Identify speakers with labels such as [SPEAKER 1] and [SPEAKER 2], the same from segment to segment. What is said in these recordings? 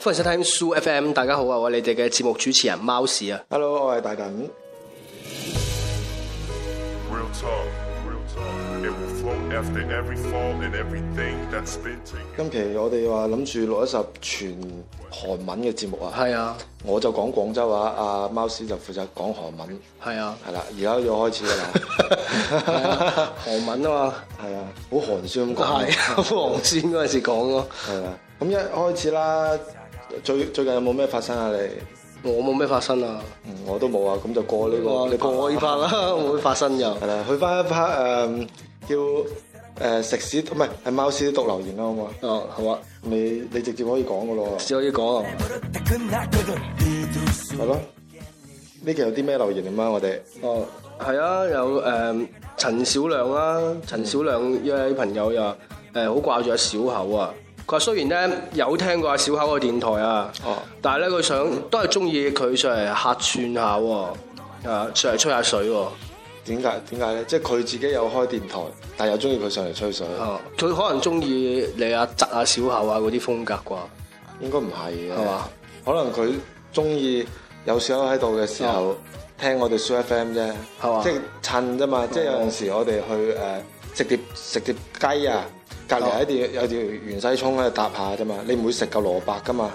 [SPEAKER 1] 歡迎收聽 Soo FM，大家好啊！我係你哋嘅節目主持人貓屎啊！
[SPEAKER 2] Hello，我係大躉。
[SPEAKER 3] Real talk, real talk. It will float after every fall and everything that's been taken.
[SPEAKER 2] 今期我哋話諗住錄一集全韓文嘅節目啊，
[SPEAKER 1] 係啊，
[SPEAKER 2] 我就講廣州話，阿貓師就負責講韓文，
[SPEAKER 1] 係 啊，
[SPEAKER 2] 係啦，而家要開始
[SPEAKER 1] 係
[SPEAKER 2] 啦
[SPEAKER 1] 啊，韓文啊嘛，
[SPEAKER 2] 係啊，好寒酸
[SPEAKER 1] 係
[SPEAKER 2] 咁講，
[SPEAKER 1] 啊，黃先嗰陣時講咯，
[SPEAKER 2] 係啦，咁一開始啦，最最近有冇咩發生啊？你，
[SPEAKER 1] 我冇咩發生啊，
[SPEAKER 2] 嗯我都冇啊，咁就過呢個呢
[SPEAKER 1] 哦你過呢 part 啦，我會發生又
[SPEAKER 2] 係啦，去翻一 part 誒叫誒食屎，唔係係貓師讀留言啦，好唔好啊？
[SPEAKER 1] 哦，好啊，
[SPEAKER 2] 你你直接可以講噶咯喎。
[SPEAKER 1] 只可以講啊，
[SPEAKER 2] 係咯。呢期有啲咩留言咁啊？我哋
[SPEAKER 1] 哦，係啊，有誒陳小亮啦，陳小亮一位朋友又誒好掛住阿小口啊。佢話雖然咧有聽過阿小口嘅電台啊，
[SPEAKER 2] 哦
[SPEAKER 1] 但係咧佢想都係中意佢上嚟客串下喎，啊上嚟吹下水喎。
[SPEAKER 2] 點解點解咧？即係佢自己有開電台，但係又中意佢上嚟吹水，
[SPEAKER 1] 啊佢可能中意你啊，側啊，小口啊嗰啲風格啩，
[SPEAKER 2] 應該唔係嘅，
[SPEAKER 1] 係嘛？
[SPEAKER 2] 可能佢中意有小友喺度嘅時候
[SPEAKER 1] 哦
[SPEAKER 2] 聽我哋 Soo FM 啫，
[SPEAKER 1] 係嘛哦
[SPEAKER 2] 即係襯啫嘛。即係有陣時我哋去呃誒食碟食碟雞啊，隔
[SPEAKER 1] 哦
[SPEAKER 2] 離有一條有條芫茜葱喺度搭下啫嘛。你唔會食嚿蘿蔔噶嘛，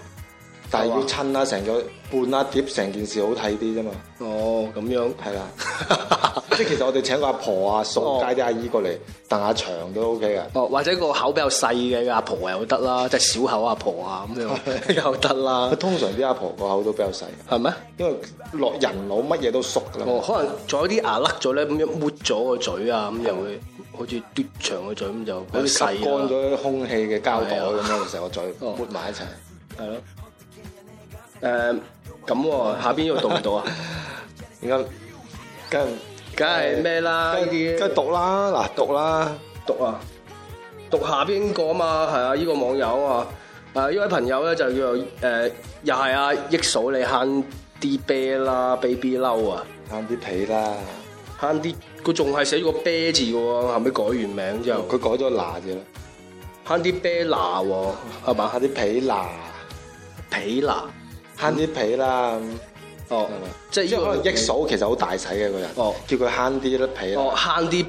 [SPEAKER 2] 但係
[SPEAKER 1] 係
[SPEAKER 2] 要
[SPEAKER 1] 嘛
[SPEAKER 2] 襯啦，成個半啦碟，成件事好睇啲啫嘛。
[SPEAKER 1] 哦，咁樣，
[SPEAKER 2] 係啦， 即係其實我哋請個阿婆啊、掃街啲阿姨過嚟蹬下場都 OK 啊嘅。
[SPEAKER 1] 哦，或者個口比較細嘅阿婆又得啦，即係小口阿婆啊咁樣又得啦
[SPEAKER 2] 佢，通常啲阿婆個口都比較細，
[SPEAKER 1] 係咩？
[SPEAKER 2] 因為落人腦乜嘢都縮㗎啦。
[SPEAKER 1] 哦，可能仲有啲牙甩咗咧，咁樣抹咗個嘴啊，咁又會好似嘟長個嘴咁就
[SPEAKER 2] 好
[SPEAKER 1] 比
[SPEAKER 2] 似啊吸
[SPEAKER 1] 較細
[SPEAKER 2] 乾咗
[SPEAKER 1] 啦，啊
[SPEAKER 2] 啲空氣嘅膠袋咁
[SPEAKER 1] 係
[SPEAKER 2] 樣，成個嘴
[SPEAKER 1] 哦
[SPEAKER 2] 抹埋一齊。
[SPEAKER 1] 係咯。誒，咁喎，下邊呢度讀唔到啊？
[SPEAKER 2] 點解？梗係
[SPEAKER 1] 梗係咩啦？呢
[SPEAKER 2] 梗係梗係
[SPEAKER 1] 啲
[SPEAKER 2] 讀啦，嗱讀啦，
[SPEAKER 1] 讀啊，讀下邊個啊嘛，係啊，呢、個網友啊，誒、呢位朋友咧就叫做誒、又係啊，益嫂你慳啲啤啦，baby 嬲啊，
[SPEAKER 2] 慳啲皮啦。
[SPEAKER 1] 慳啲，佢仲係寫咗個啤字嘅喎，後尾改完名之後，
[SPEAKER 2] 佢改咗嗱字啦，
[SPEAKER 1] 慳啲啤拿喎，係嘛，嗯
[SPEAKER 2] 慳啲皮嗱，
[SPEAKER 1] 皮拿，
[SPEAKER 2] 慳啲皮啦。
[SPEAKER 1] 哦，即係
[SPEAKER 2] 即係可
[SPEAKER 1] 呢
[SPEAKER 2] 能
[SPEAKER 1] 個
[SPEAKER 2] 益嫂其實好大使嘅個人，
[SPEAKER 1] 哦
[SPEAKER 2] 叫佢慳啲粒皮啦。
[SPEAKER 1] 哦慳啲，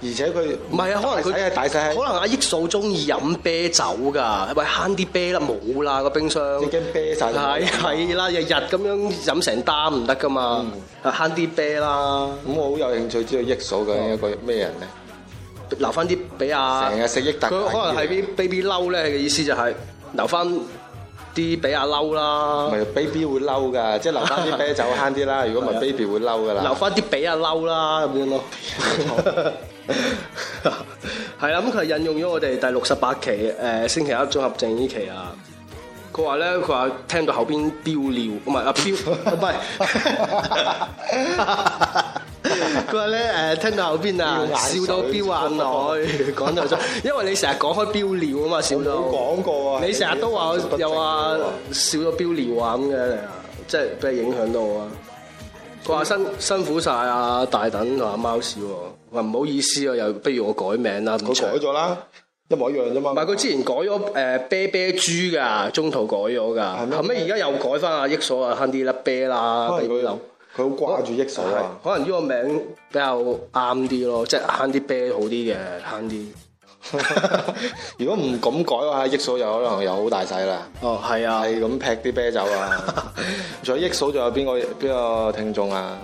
[SPEAKER 2] 而且佢
[SPEAKER 1] 唔係啊，可能佢
[SPEAKER 2] 大細係大細
[SPEAKER 1] 可
[SPEAKER 2] 係
[SPEAKER 1] 能阿益嫂中意飲啤酒㗎，喂慳啲啤啦，冇啦個冰箱。
[SPEAKER 2] 已經啤晒咗。
[SPEAKER 1] 係係啦，日日咁樣飲成擔唔得噶嘛，啊慳啲啤啦，
[SPEAKER 2] 咁我好有興趣知道益嫂究竟一個咩人咧？
[SPEAKER 1] 留翻啲俾阿
[SPEAKER 2] 成日食益達
[SPEAKER 1] 佢可能係啲 baby 嬲咧嘅意思就係留翻啲俾阿嬲
[SPEAKER 2] 唔
[SPEAKER 1] 啦，
[SPEAKER 2] 係 baby 會嬲㗎，即係留翻啲啤酒 慳啲啦。如果唔係 baby 會嬲㗎啦。
[SPEAKER 1] 留翻啲俾阿嬲啦咁樣咯。係啦，咁佢係引用咗我哋第六十八期誒、呃星期一綜合症呢期啊。佢話咧，佢話聽到後邊飆尿，唔係 啊飆，唔係。佢話咧誒，聽到後邊啊
[SPEAKER 2] 飆，眼水
[SPEAKER 1] 笑到飆眼 淚，講到咗，因為你成日講開飆尿啊嘛，笑到。
[SPEAKER 2] 我冇講過啊
[SPEAKER 1] 你成日都話
[SPEAKER 2] 你
[SPEAKER 1] 我
[SPEAKER 2] 不正哦
[SPEAKER 1] 又話
[SPEAKER 2] 喎
[SPEAKER 1] 笑到飆尿啊咁嘅，你啊即係俾你影響到我啊。佢話
[SPEAKER 2] 嗯
[SPEAKER 1] 辛辛苦晒啊，大等同阿貓屎喎，話唔好意思啊，又不如我改名啦。咁
[SPEAKER 2] 佢
[SPEAKER 1] 長
[SPEAKER 2] 改咗啦，一模一樣啫嘛。
[SPEAKER 1] 唔係佢之前改咗誒啤啤豬㗎，中途改咗
[SPEAKER 2] 係
[SPEAKER 1] 㗎，
[SPEAKER 2] 咩
[SPEAKER 1] 後尾而家又改翻阿益嫂啊，慳啲粒啤啦，
[SPEAKER 2] 可
[SPEAKER 1] 俾
[SPEAKER 2] 能
[SPEAKER 1] 啲
[SPEAKER 2] 佢
[SPEAKER 1] 樓。
[SPEAKER 2] 佢好掛住益嫂啊。
[SPEAKER 1] 可能呢個名比較啱啲咯，即係慳啲啤好啲嘅，慳啲。
[SPEAKER 2] 如果唔咁改嘅話，益嫂有可能又好大細啦。
[SPEAKER 1] 哦，係啊，
[SPEAKER 2] 係咁劈啲啤酒啊！仲有益嫂，仲有邊個邊個聽眾啊？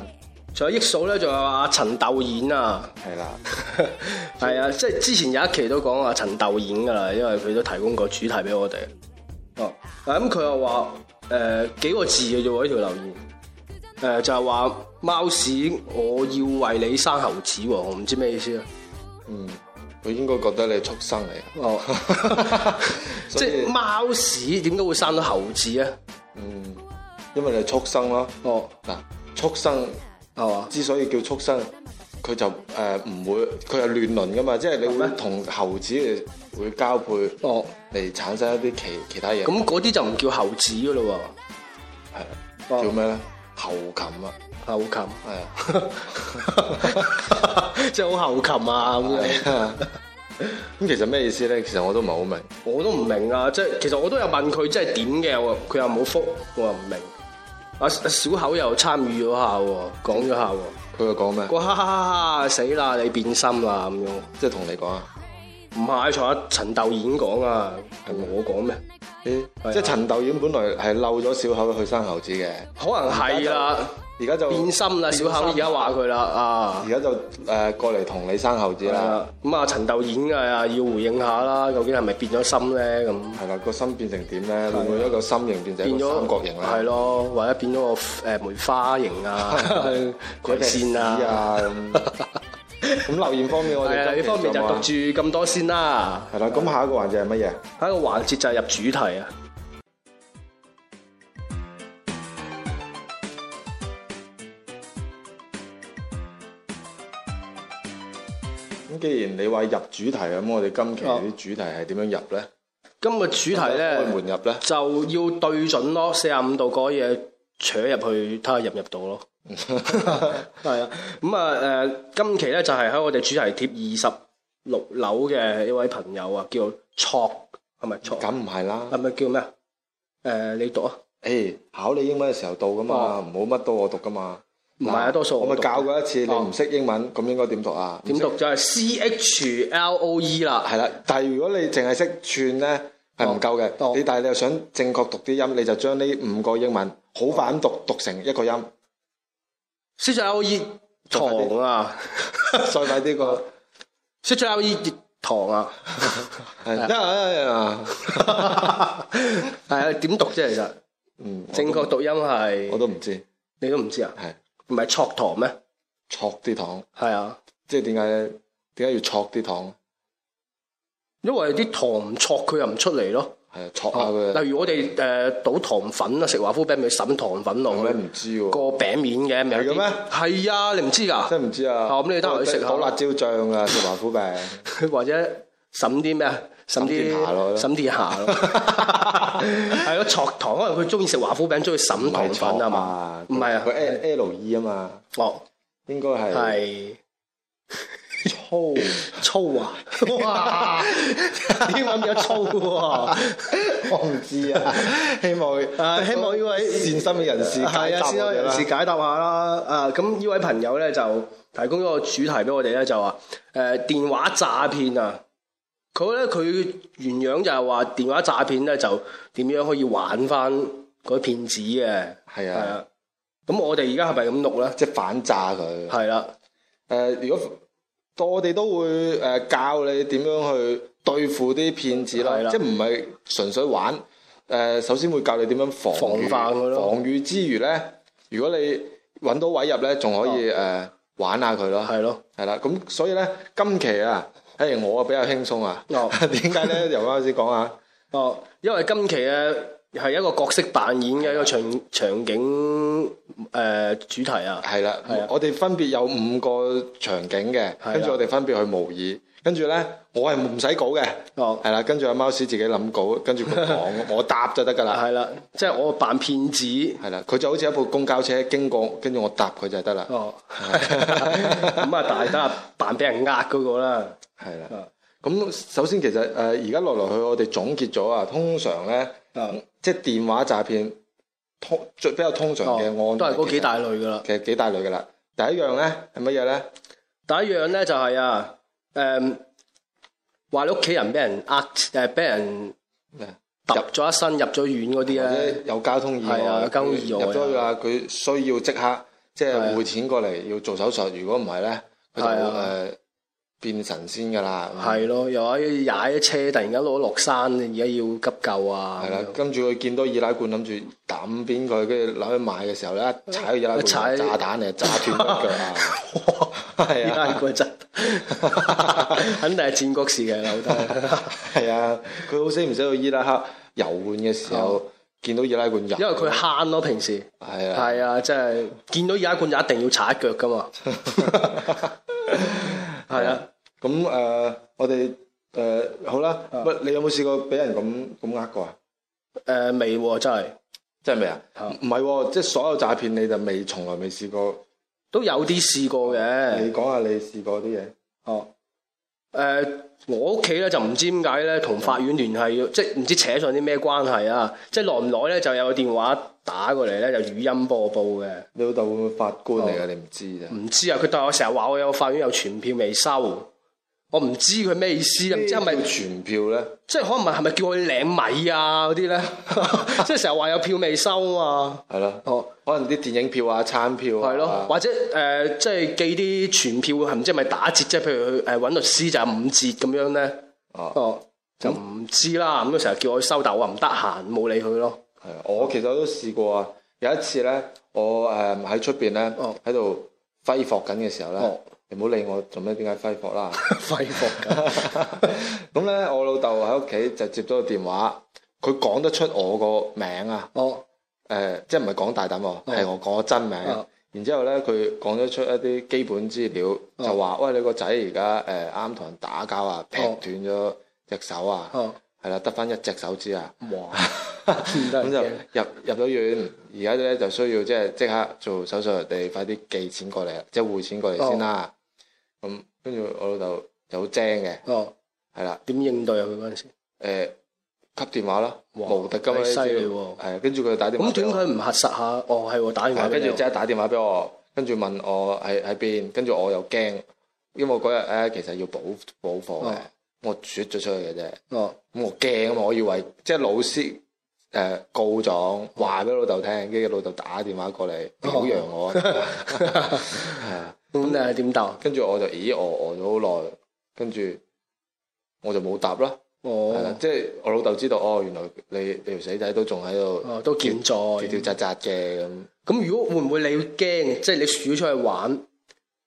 [SPEAKER 1] 仲有益嫂咧，仲有阿陳豆演啊。
[SPEAKER 2] 係啦，
[SPEAKER 1] 係啊，即係之前有一期都講阿陳豆演㗎啦，因為佢都提供過主題俾我哋。哦，嗱咁佢又話誒幾個字嘅啫喎，呢條留言誒、就係話貓屎，我要為你生猴子喎，我唔知咩意思啊。
[SPEAKER 2] 嗯，佢應該覺得你係畜生嚟。
[SPEAKER 1] 哦，即
[SPEAKER 2] 所以
[SPEAKER 1] 係貓屎點解會生到猴子啊？
[SPEAKER 2] 嗯，因為你係畜生咯。
[SPEAKER 1] 哦，
[SPEAKER 2] 嗱，畜生
[SPEAKER 1] 係嘛？
[SPEAKER 2] 之所以叫畜生，佢就誒唔、會，佢係亂倫噶嘛，即係你會同猴子會交配
[SPEAKER 1] 哦，
[SPEAKER 2] 嚟產生一啲其其他嘢。
[SPEAKER 1] 咁嗰啲就唔叫猴子㗎咯
[SPEAKER 2] 係啦
[SPEAKER 1] 哦
[SPEAKER 2] 叫咩咧？猴禽啊，
[SPEAKER 1] 後琴係，啊 即係好後琴啊咁樣。
[SPEAKER 2] 係啊 咁其實咩意思咧？其實我都唔係好明。
[SPEAKER 1] 我都唔明啊！即係其實我都有問佢即係點嘅，我佢又冇覆，我又唔明。阿阿小口又參與咗下喎，講咗下喎，
[SPEAKER 2] 佢又講咩？
[SPEAKER 1] 個哈哈哈哈死啦！你變心啦咁樣，
[SPEAKER 2] 即係同你講啊？
[SPEAKER 1] 唔係從阿陳導演講啊，係我講咩？
[SPEAKER 2] 咦
[SPEAKER 1] 係啊
[SPEAKER 2] 即係陳導演本來係漏咗小口去生猴子嘅，
[SPEAKER 1] 可能係啦，
[SPEAKER 2] 而家就
[SPEAKER 1] 變心啦！小口而家話佢啦啊
[SPEAKER 2] 而，家就誒過嚟同你生猴子
[SPEAKER 1] 係
[SPEAKER 2] 啦
[SPEAKER 1] 啦，咁啊陳導演啊要回應下啦，究竟係咪變咗心咧咁？
[SPEAKER 2] 係啦，個心變成點咧？會唔會一個心形變成
[SPEAKER 1] 啊變
[SPEAKER 2] 一個
[SPEAKER 1] 咗
[SPEAKER 2] 三角形咧？
[SPEAKER 1] 係咯，或者變咗個誒梅花型 啊、
[SPEAKER 2] 嗰
[SPEAKER 1] 鬼
[SPEAKER 2] 隻
[SPEAKER 1] 線
[SPEAKER 2] 屎
[SPEAKER 1] 啊。
[SPEAKER 2] 啊 咁。咁留言方面我
[SPEAKER 1] 係
[SPEAKER 2] 哋
[SPEAKER 1] 啊，呢方面就讀
[SPEAKER 2] 讀
[SPEAKER 1] 住咁多先啦。
[SPEAKER 2] 係啦，咁下一個環節係乜嘢？
[SPEAKER 1] 下一個環節就係入主題啊。
[SPEAKER 2] 咁既然你話入主題咁，我哋今期
[SPEAKER 1] 哦
[SPEAKER 2] 啲主題係點樣入咧？
[SPEAKER 1] 今日主題
[SPEAKER 2] 開
[SPEAKER 1] 咧
[SPEAKER 2] 門入咧？
[SPEAKER 1] 就要對準咯，四十五度嗰嘢扯入去，睇下入唔入到 咯。係啊，咁啊誒，今期咧就係喺我哋主題貼二十六樓嘅一位朋友啊，叫卓，係咪卓？
[SPEAKER 2] 咁唔係啦，
[SPEAKER 1] 係咪叫咩啊？誒，你讀啊？
[SPEAKER 2] 誒考你英文嘅時候到噶嘛，
[SPEAKER 1] 哦
[SPEAKER 2] 唔好乜都我讀噶嘛。
[SPEAKER 1] 唔係啊
[SPEAKER 2] 嗱
[SPEAKER 1] 多數我
[SPEAKER 2] 我咪
[SPEAKER 1] 讀
[SPEAKER 2] 教過一次，你
[SPEAKER 1] 哦
[SPEAKER 2] 唔識英文咁應該點讀啊？
[SPEAKER 1] 點讀就係 C H L O E 啦。
[SPEAKER 2] 係啦，但係如果你淨係識串咧，係唔夠
[SPEAKER 1] 哦
[SPEAKER 2] 嘅。你但係你又想正確讀啲音，你就將呢五個英文好快咁讀，讀成 一個音，
[SPEAKER 1] C H L O E
[SPEAKER 2] 讀快啲
[SPEAKER 1] 糖啊！
[SPEAKER 2] 再快啲個。
[SPEAKER 1] 識咗 L E 堂 啊，
[SPEAKER 2] 係哎啊
[SPEAKER 1] 係啊，點讀啫？其實
[SPEAKER 2] 嗯，
[SPEAKER 1] 正確讀音
[SPEAKER 2] 我
[SPEAKER 1] 係
[SPEAKER 2] 都唔知，
[SPEAKER 1] 你都唔知啊？
[SPEAKER 2] 係
[SPEAKER 1] 唔係錯堂咩？
[SPEAKER 2] 戳啲糖，
[SPEAKER 1] 係啊，
[SPEAKER 2] 即係點解點解要戳啲糖？
[SPEAKER 1] 因為啲糖唔錯，佢又唔出嚟咯。
[SPEAKER 2] 係啊，戳下佢。
[SPEAKER 1] 哦例如我哋誒倒糖粉啊，食華夫餅咪揼糖粉落
[SPEAKER 2] 我
[SPEAKER 1] 去
[SPEAKER 2] 咧啊唔知
[SPEAKER 1] 個
[SPEAKER 2] 喎，
[SPEAKER 1] 餅面嘅，咪有
[SPEAKER 2] 係嘅咩
[SPEAKER 1] 啲係啊，你唔知㗎？
[SPEAKER 2] 真係唔知啊。
[SPEAKER 1] 哦咁你得閒去食下
[SPEAKER 2] 倒辣椒醬啊，食華夫餅。
[SPEAKER 1] 或者審啲咩啊？審
[SPEAKER 2] 審
[SPEAKER 1] 啲
[SPEAKER 2] 啲下咯
[SPEAKER 1] 審啲下 咯，係咯，錯糖，可能佢中意食華夫餅，中意
[SPEAKER 2] 唔
[SPEAKER 1] 審糖
[SPEAKER 2] 係
[SPEAKER 1] 粉
[SPEAKER 2] 戳
[SPEAKER 1] 啊嘛，唔係啊
[SPEAKER 2] 佢，L L E 啊嘛，
[SPEAKER 1] 哦，
[SPEAKER 2] 應該係
[SPEAKER 1] 係。
[SPEAKER 2] 粗。
[SPEAKER 1] 粗啊！哇，英文有粗喎，
[SPEAKER 2] 我唔知啊，希望
[SPEAKER 1] 啊希望呢位
[SPEAKER 2] 善心嘅人士解
[SPEAKER 1] 係啊，
[SPEAKER 2] 答
[SPEAKER 1] 先
[SPEAKER 2] 我
[SPEAKER 1] 可以
[SPEAKER 2] 哋
[SPEAKER 1] 人
[SPEAKER 2] 啦
[SPEAKER 1] 士。解答下啦。啊，咁呢位朋友咧就提供咗個主題俾我哋咧，就話誒、呃、電話詐騙啊。佢咧佢原樣就係話電話詐騙咧就點樣可以玩翻嗰啲騙子嘅，
[SPEAKER 2] 係
[SPEAKER 1] 係
[SPEAKER 2] 啊，
[SPEAKER 1] 啊。咁我哋而家係咪咁錄咧？
[SPEAKER 2] 即係反詐佢。
[SPEAKER 1] 係啦，
[SPEAKER 2] 誒、如果我哋都會誒、教你點樣去對付啲騙子
[SPEAKER 1] 係
[SPEAKER 2] 啦
[SPEAKER 1] 啦，
[SPEAKER 2] 即係唔係純粹玩。誒、首先會教你點樣防
[SPEAKER 1] 防
[SPEAKER 2] 禦
[SPEAKER 1] 範佢咯
[SPEAKER 2] 防禦之餘咧，如果你揾到位入咧，仲可以誒、玩下佢咯。
[SPEAKER 1] 係咯，
[SPEAKER 2] 哦係啦，咁所以咧，今期啊，誒我啊比較輕鬆啊。
[SPEAKER 1] 哦
[SPEAKER 2] 點解咧？由啱先講啊，
[SPEAKER 1] 哦，因為今期嘅係一個角色扮演嘅一個場場景誒、呃主題啊。
[SPEAKER 2] 係啦
[SPEAKER 1] 係啊，
[SPEAKER 2] 我哋分別有五個場景嘅，
[SPEAKER 1] 係啦啊
[SPEAKER 2] 跟住我哋分別去模擬，跟住咧我係唔使稿嘅。
[SPEAKER 1] 哦，
[SPEAKER 2] 係啦，跟住阿貓屎自己諗稿，跟住佢 講，我答就得㗎啦。
[SPEAKER 1] 係啦，即係我扮騙子。
[SPEAKER 2] 係啦，佢就好似一部公交車經過，跟住我答佢就得啦。
[SPEAKER 1] 哦， 咁啊，大家扮俾人呃嗰個啦。
[SPEAKER 2] 係啦
[SPEAKER 1] 啊。
[SPEAKER 2] 咁首先其實誒而家落嚟去，我哋總結咗啊，通常咧
[SPEAKER 1] 啊，
[SPEAKER 2] 即係電話詐騙通最比較通常
[SPEAKER 1] 哦
[SPEAKER 2] 嘅案例
[SPEAKER 1] 都係嗰幾大類噶啦。
[SPEAKER 2] 其實，其實幾大類㗎啦。第一樣咧係乜嘢咧？
[SPEAKER 1] 第一樣咧就係、啊，誒、話你屋企人俾人呃，誒俾人揼咗一身入咗院嗰啲
[SPEAKER 2] 或
[SPEAKER 1] 咧，
[SPEAKER 2] 者有交通意
[SPEAKER 1] 係啊
[SPEAKER 2] 外，
[SPEAKER 1] 交通意外啊
[SPEAKER 2] 入咗去啦，佢需要即刻即
[SPEAKER 1] 係啊
[SPEAKER 2] 係匯錢過嚟要做手術，如果唔係咧，佢就
[SPEAKER 1] 係
[SPEAKER 2] 會
[SPEAKER 1] 啊
[SPEAKER 2] 誒變神仙㗎啦。咁樣
[SPEAKER 1] 係啊咯，又話踩一車突然間攞落山，而家要急救啊
[SPEAKER 2] 係，
[SPEAKER 1] 咁
[SPEAKER 2] 啦
[SPEAKER 1] 樣，
[SPEAKER 2] 跟住佢見到易拉罐，諗住抌邊佢，跟住攞去買嘅時候咧，一踩易拉
[SPEAKER 1] 一
[SPEAKER 2] 罐
[SPEAKER 1] 踩
[SPEAKER 2] 炸彈嚟，炸斷咗 腳啊！係
[SPEAKER 1] 而家
[SPEAKER 2] 啊，
[SPEAKER 1] 嗰陣肯定係戰國時期啦，好 多。
[SPEAKER 2] 係啊，佢好死唔死到伊拉克遊玩嘅時候，見到易拉罐入，
[SPEAKER 1] 哦因為佢慳咯，平時
[SPEAKER 2] 係 啊，
[SPEAKER 1] 係啊，即係見到而家罐就一定要踩一腳噶嘛。係啊，
[SPEAKER 2] 咁誒，我哋誒呃好啦，乜你有冇試過俾人咁咁呃過啊？
[SPEAKER 1] 誒未喎，真係
[SPEAKER 2] 真係未啊
[SPEAKER 1] 啊？
[SPEAKER 2] 唔係喎，即係所有詐騙你就未，從來未試過。
[SPEAKER 1] 都有啲試過嘅。
[SPEAKER 2] 你講下你試過啲嘢。
[SPEAKER 1] 哦，誒、我屋企咧就唔知點解咧，同法院聯繫，即係唔知扯上啲咩關係啊！即係耐唔耐咧就有個電話打過嚟咧，就語音播報嘅。
[SPEAKER 2] 你老豆會唔會法官
[SPEAKER 1] 哦
[SPEAKER 2] 嚟㗎？你唔知啫。
[SPEAKER 1] 唔知啊，佢對我成日話我有法院有傳票未收，我唔知佢咩意思啊，唔知係咪
[SPEAKER 2] 咩叫傳票咧？
[SPEAKER 1] 即係可能係咪叫我去領米啊嗰啲 咧？即係成日話有票未收啊！
[SPEAKER 2] 係咯。
[SPEAKER 1] 哦，
[SPEAKER 2] 可能啲電影票啊、餐票啊
[SPEAKER 1] 係咯，或者誒、呃即係寄啲傳票係唔知係咪打折，即係譬如去誒呃揾律師就係五折咁樣咧。
[SPEAKER 2] 哦
[SPEAKER 1] 哦，就唔知啦。咁佢成日叫我去收，但我話唔得閒，冇理佢咯。
[SPEAKER 2] 係啊，我其實我都試過啊。有一次咧，我誒喺出邊咧
[SPEAKER 1] 哦，
[SPEAKER 2] 喺度揮霍緊嘅時候咧，
[SPEAKER 1] 哦
[SPEAKER 2] 你唔好理我做咩？點解揮霍啦？
[SPEAKER 1] 揮霍㗎，
[SPEAKER 2] 咁咧，我老豆喺屋企就接咗個電話，佢講得出我個名啊！
[SPEAKER 1] 哦，
[SPEAKER 2] 誒、即係唔係講大膽喎，係、我講個真名。
[SPEAKER 1] 哦
[SPEAKER 2] 然之後咧，佢講咗出一啲基本資料，就話：喂，你個仔而家誒啱同人打交啊，劈
[SPEAKER 1] 哦哦
[SPEAKER 2] 斷咗隻手啊，
[SPEAKER 1] 哦，
[SPEAKER 2] 係啦、得翻一隻手指啊。
[SPEAKER 1] 哇，
[SPEAKER 2] 咁
[SPEAKER 1] 真
[SPEAKER 2] 就
[SPEAKER 1] 係驚
[SPEAKER 2] 入入咗院，而家咧就需要即係即刻做手術，你快啲寄錢過嚟，即係匯錢過嚟先啦。咁跟住我老豆就好精嘅，
[SPEAKER 1] 哦，
[SPEAKER 2] 係啦，
[SPEAKER 1] 點應對啊？佢嗰陣時，
[SPEAKER 2] 誒、吸呃電話啦，
[SPEAKER 1] 哇
[SPEAKER 2] 無敵咁
[SPEAKER 1] 你
[SPEAKER 2] 樣
[SPEAKER 1] 犀利喎
[SPEAKER 2] 係啊跟住佢就打電話
[SPEAKER 1] 咁
[SPEAKER 2] 俾
[SPEAKER 1] 點
[SPEAKER 2] 我。
[SPEAKER 1] 解唔核實下？哦，係喎，打電話
[SPEAKER 2] 係啊
[SPEAKER 1] 俾
[SPEAKER 2] 跟
[SPEAKER 1] 你
[SPEAKER 2] 住
[SPEAKER 1] 喎
[SPEAKER 2] 即刻打電話俾我，跟住問我喺喺邊，跟住我又驚，因為我嗰日呃咧其實要補補課
[SPEAKER 1] 哦，
[SPEAKER 2] 嘅我説咗出去嘅啫。
[SPEAKER 1] 哦，
[SPEAKER 2] 咁我驚啊嘛，我以為即係老師誒、呃告狀，話俾老豆聽，跟住老豆打電話過嚟
[SPEAKER 1] 哦
[SPEAKER 2] 表揚 我，係啊
[SPEAKER 1] 咁你係點答？
[SPEAKER 2] 跟住我就咦我餓咗好耐，跟住我就冇答啦，係啦、
[SPEAKER 1] 哦，
[SPEAKER 2] 即係我老豆知道哦，原來你你條死仔都仲喺度
[SPEAKER 1] 哦，都健在。
[SPEAKER 2] 跳跳扎扎嘅咁，
[SPEAKER 1] 咁如果會唔會你驚？即係你鼠出去玩，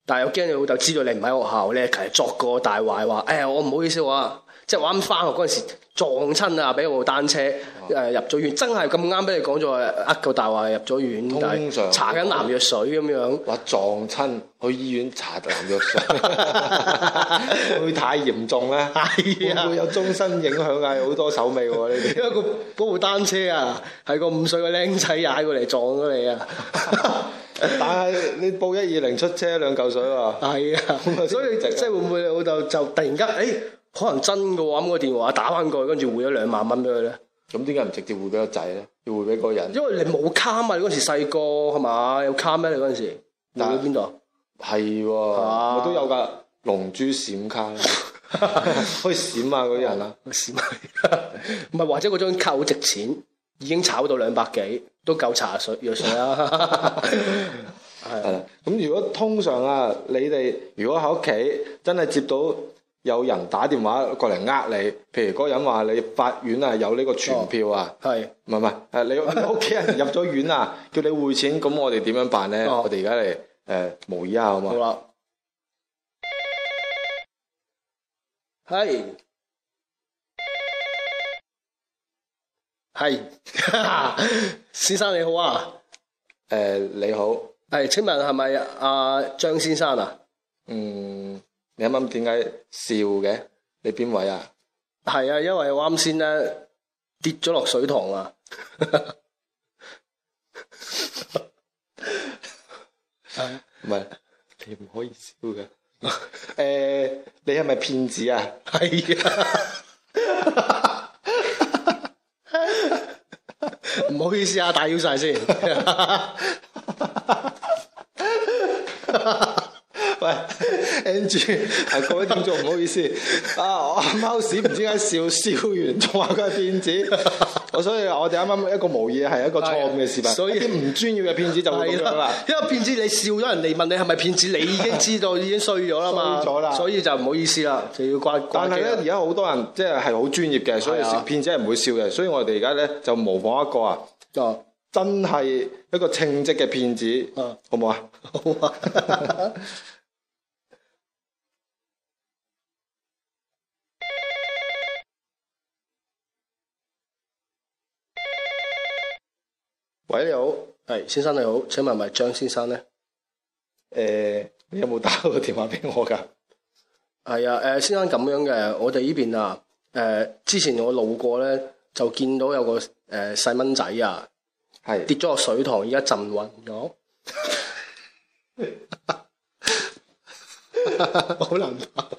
[SPEAKER 1] 但係又驚你老豆知道你唔喺學校咧，其實作個大壞話。哎呀，我唔好意思我啊，即係我啱翻學嗰陣時撞親啊，俾我部單車誒、入咗院，真係咁啱俾你講咗話呃個大話入咗院，
[SPEAKER 2] 通常
[SPEAKER 1] 但係搽緊藍藥水咁樣。
[SPEAKER 2] 話撞親去醫院搽藍藥 水，會唔會太嚴重咧？會
[SPEAKER 1] 係啊
[SPEAKER 2] 唔會有終身影響啊？有好多手尾喎呢啲。
[SPEAKER 1] 因為個嗰部單車啊，係個五歲嘅僆仔踩過嚟撞咗你啊，
[SPEAKER 2] 但係你報一二零出車兩嚿水
[SPEAKER 1] 係
[SPEAKER 2] 喎，
[SPEAKER 1] 啊，所以即係會唔會你老豆就突然間，誒、可能真嘅喎，咁個電話打翻過去，跟住匯咗兩萬蚊俾佢咧？
[SPEAKER 2] 咁點解唔直接匯俾個仔咧？要匯俾嗰個人？
[SPEAKER 1] 因為你冇卡嘛，你嗰時細個係嘛？有卡咩？你嗰陣時你去
[SPEAKER 2] 但
[SPEAKER 1] 邊度啊？
[SPEAKER 2] 係喎，
[SPEAKER 1] 啊
[SPEAKER 2] 我都有㗎，龍珠閃卡 啦，可以閃下嗰啲人啊啦。
[SPEAKER 1] 我試埋，啊唔係或者嗰張卡好值錢，已經炒到兩百幾，都夠茶水藥水啦。
[SPEAKER 2] 係啦，咁如果通常啊，你哋如果喺屋企真係接到有人打電話過嚟呃你，譬如嗰個人話你法院啊有呢個傳票啊。
[SPEAKER 1] 係
[SPEAKER 2] 唔係唔係，誒你你屋企人入咗院啊，叫你匯錢，咁我哋點樣辦咧？
[SPEAKER 1] 哦
[SPEAKER 2] 我哋而家嚟誒模擬下好嘛啊
[SPEAKER 1] 好？啦，係係先生你好啊，
[SPEAKER 2] 誒、你好，
[SPEAKER 1] 係請問係咪阿張先生啊？
[SPEAKER 2] 嗯，你啱啱點解笑嘅？你邊位啊？
[SPEAKER 1] 係啊，因為我啱先咧跌咗落水塘啊。
[SPEAKER 2] 唔係， 你唔可以笑嘅。 誒、你係咪騙子啊？
[SPEAKER 1] 係啊，唔好意思啊，打擾晒先。
[SPEAKER 2] 喂，NG，啊 各位聽眾唔好意思，啊我貓屎唔知點解笑笑完，仲話佢係騙子，我所以我哋啱啱一個模擬係一個錯誤嘅示範，
[SPEAKER 1] 所以
[SPEAKER 2] 一啲唔專業嘅騙子就會咁
[SPEAKER 1] 係
[SPEAKER 2] 樣啦
[SPEAKER 1] 啦。，因為騙子你笑咗人哋問你係咪騙子，你已經知道已經衰咗啦嘛，
[SPEAKER 2] 衰咗啦
[SPEAKER 1] 所以就唔好意思啦，就要關關
[SPEAKER 2] 但係
[SPEAKER 1] 機
[SPEAKER 2] 咧，
[SPEAKER 1] 啦
[SPEAKER 2] 而。家好多人即係係好專業嘅，所以
[SPEAKER 1] 係啊
[SPEAKER 2] 騙子係唔會笑嘅。所以我哋而家咧就模仿一個啊，
[SPEAKER 1] 哦，
[SPEAKER 2] 真係一個稱職嘅騙子，
[SPEAKER 1] 啊
[SPEAKER 2] 好唔好啊？
[SPEAKER 1] 好啊，
[SPEAKER 2] 喂，你好，誒、
[SPEAKER 1] 係先生你好，請問係咪張先生咧？
[SPEAKER 2] 你有冇打個電話俾我㗎？
[SPEAKER 1] 係啊，誒、先生咁樣嘅，我哋呢邊啊，誒、之前我路過咧，就見到有個誒細蚊仔啊，
[SPEAKER 2] 係
[SPEAKER 1] 跌咗個水塘，而家浸暈咗。
[SPEAKER 2] 好難答。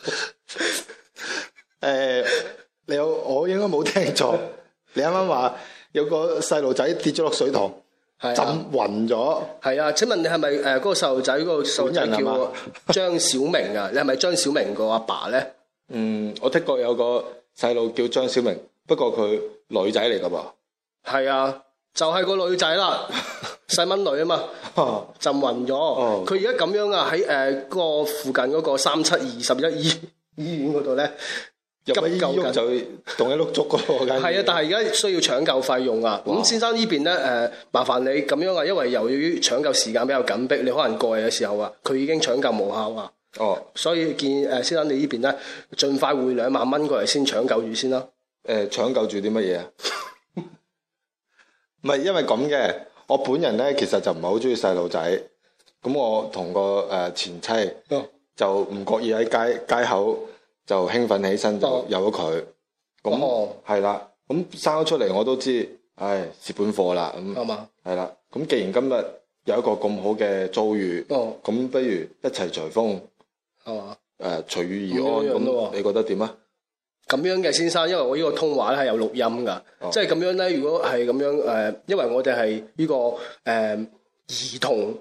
[SPEAKER 2] 誒，你有我應該冇聽錯。你啱啱話有個細路仔跌咗落水塘，
[SPEAKER 1] 係
[SPEAKER 2] 浸
[SPEAKER 1] 啊
[SPEAKER 2] 暈咗。
[SPEAKER 1] 係啊，請問你係咪誒嗰個細路仔嗰個細路仔
[SPEAKER 2] 本人係嘛
[SPEAKER 1] 叫張小明啊？你係 咪張小明個阿爸咧？
[SPEAKER 2] 嗯，我的確有個細路叫張小明，不過佢女仔嚟噶
[SPEAKER 1] 係啊，就係、個女仔啦，細蚊女啊嘛，
[SPEAKER 2] 噃。
[SPEAKER 1] 浸暈咗。
[SPEAKER 2] 哦
[SPEAKER 1] 佢而家咁樣啊，喺誒嗰個附近嗰個三七二十一醫醫院嗰度咧。
[SPEAKER 2] 入咗醫
[SPEAKER 1] 急救緊
[SPEAKER 2] 喐就動一碌竹噶喎，間
[SPEAKER 1] 係啊，但係而家需要搶救費用啊。
[SPEAKER 2] 哇
[SPEAKER 1] 咁先生呢邊咧，誒、麻煩你咁樣啊，因為由於搶救時間比較緊迫，你可能過嚟嘅時候啊，佢已經搶救無效啊，
[SPEAKER 2] 哦，
[SPEAKER 1] 所以建議誒、呃先生你呢邊咧，盡快匯兩萬蚊過嚟先搶救住先啦。
[SPEAKER 2] 誒、搶救住啲乜嘢啊？ 唔係因為咁嘅，我本人咧其實就唔係好中意細路仔，咁我同個誒、呃前妻
[SPEAKER 1] 哦
[SPEAKER 2] 就唔覺意喺街街口就興奮起身就
[SPEAKER 1] 哦
[SPEAKER 2] 有咗佢，咁
[SPEAKER 1] 哦
[SPEAKER 2] 係啦，咁生咗出嚟我都知，唉蝕本貨啦，
[SPEAKER 1] 係
[SPEAKER 2] 咁
[SPEAKER 1] 嘛？
[SPEAKER 2] 係啦，咁既然今日有一個咁好嘅遭遇，
[SPEAKER 1] 哦，
[SPEAKER 2] 咁不如一齊隨風誒、
[SPEAKER 1] 係嘛？
[SPEAKER 2] 呃、隨遇而
[SPEAKER 1] 咁
[SPEAKER 2] 安，
[SPEAKER 1] 樣樣咯
[SPEAKER 2] 咁
[SPEAKER 1] 喎
[SPEAKER 2] 你覺得點啊？
[SPEAKER 1] 咁樣嘅先生，因為我呢個通話咧係有錄音㗎，
[SPEAKER 2] 哦
[SPEAKER 1] 即係咁樣咧。如果係咁樣誒、呃因為我哋係呢個誒、兒童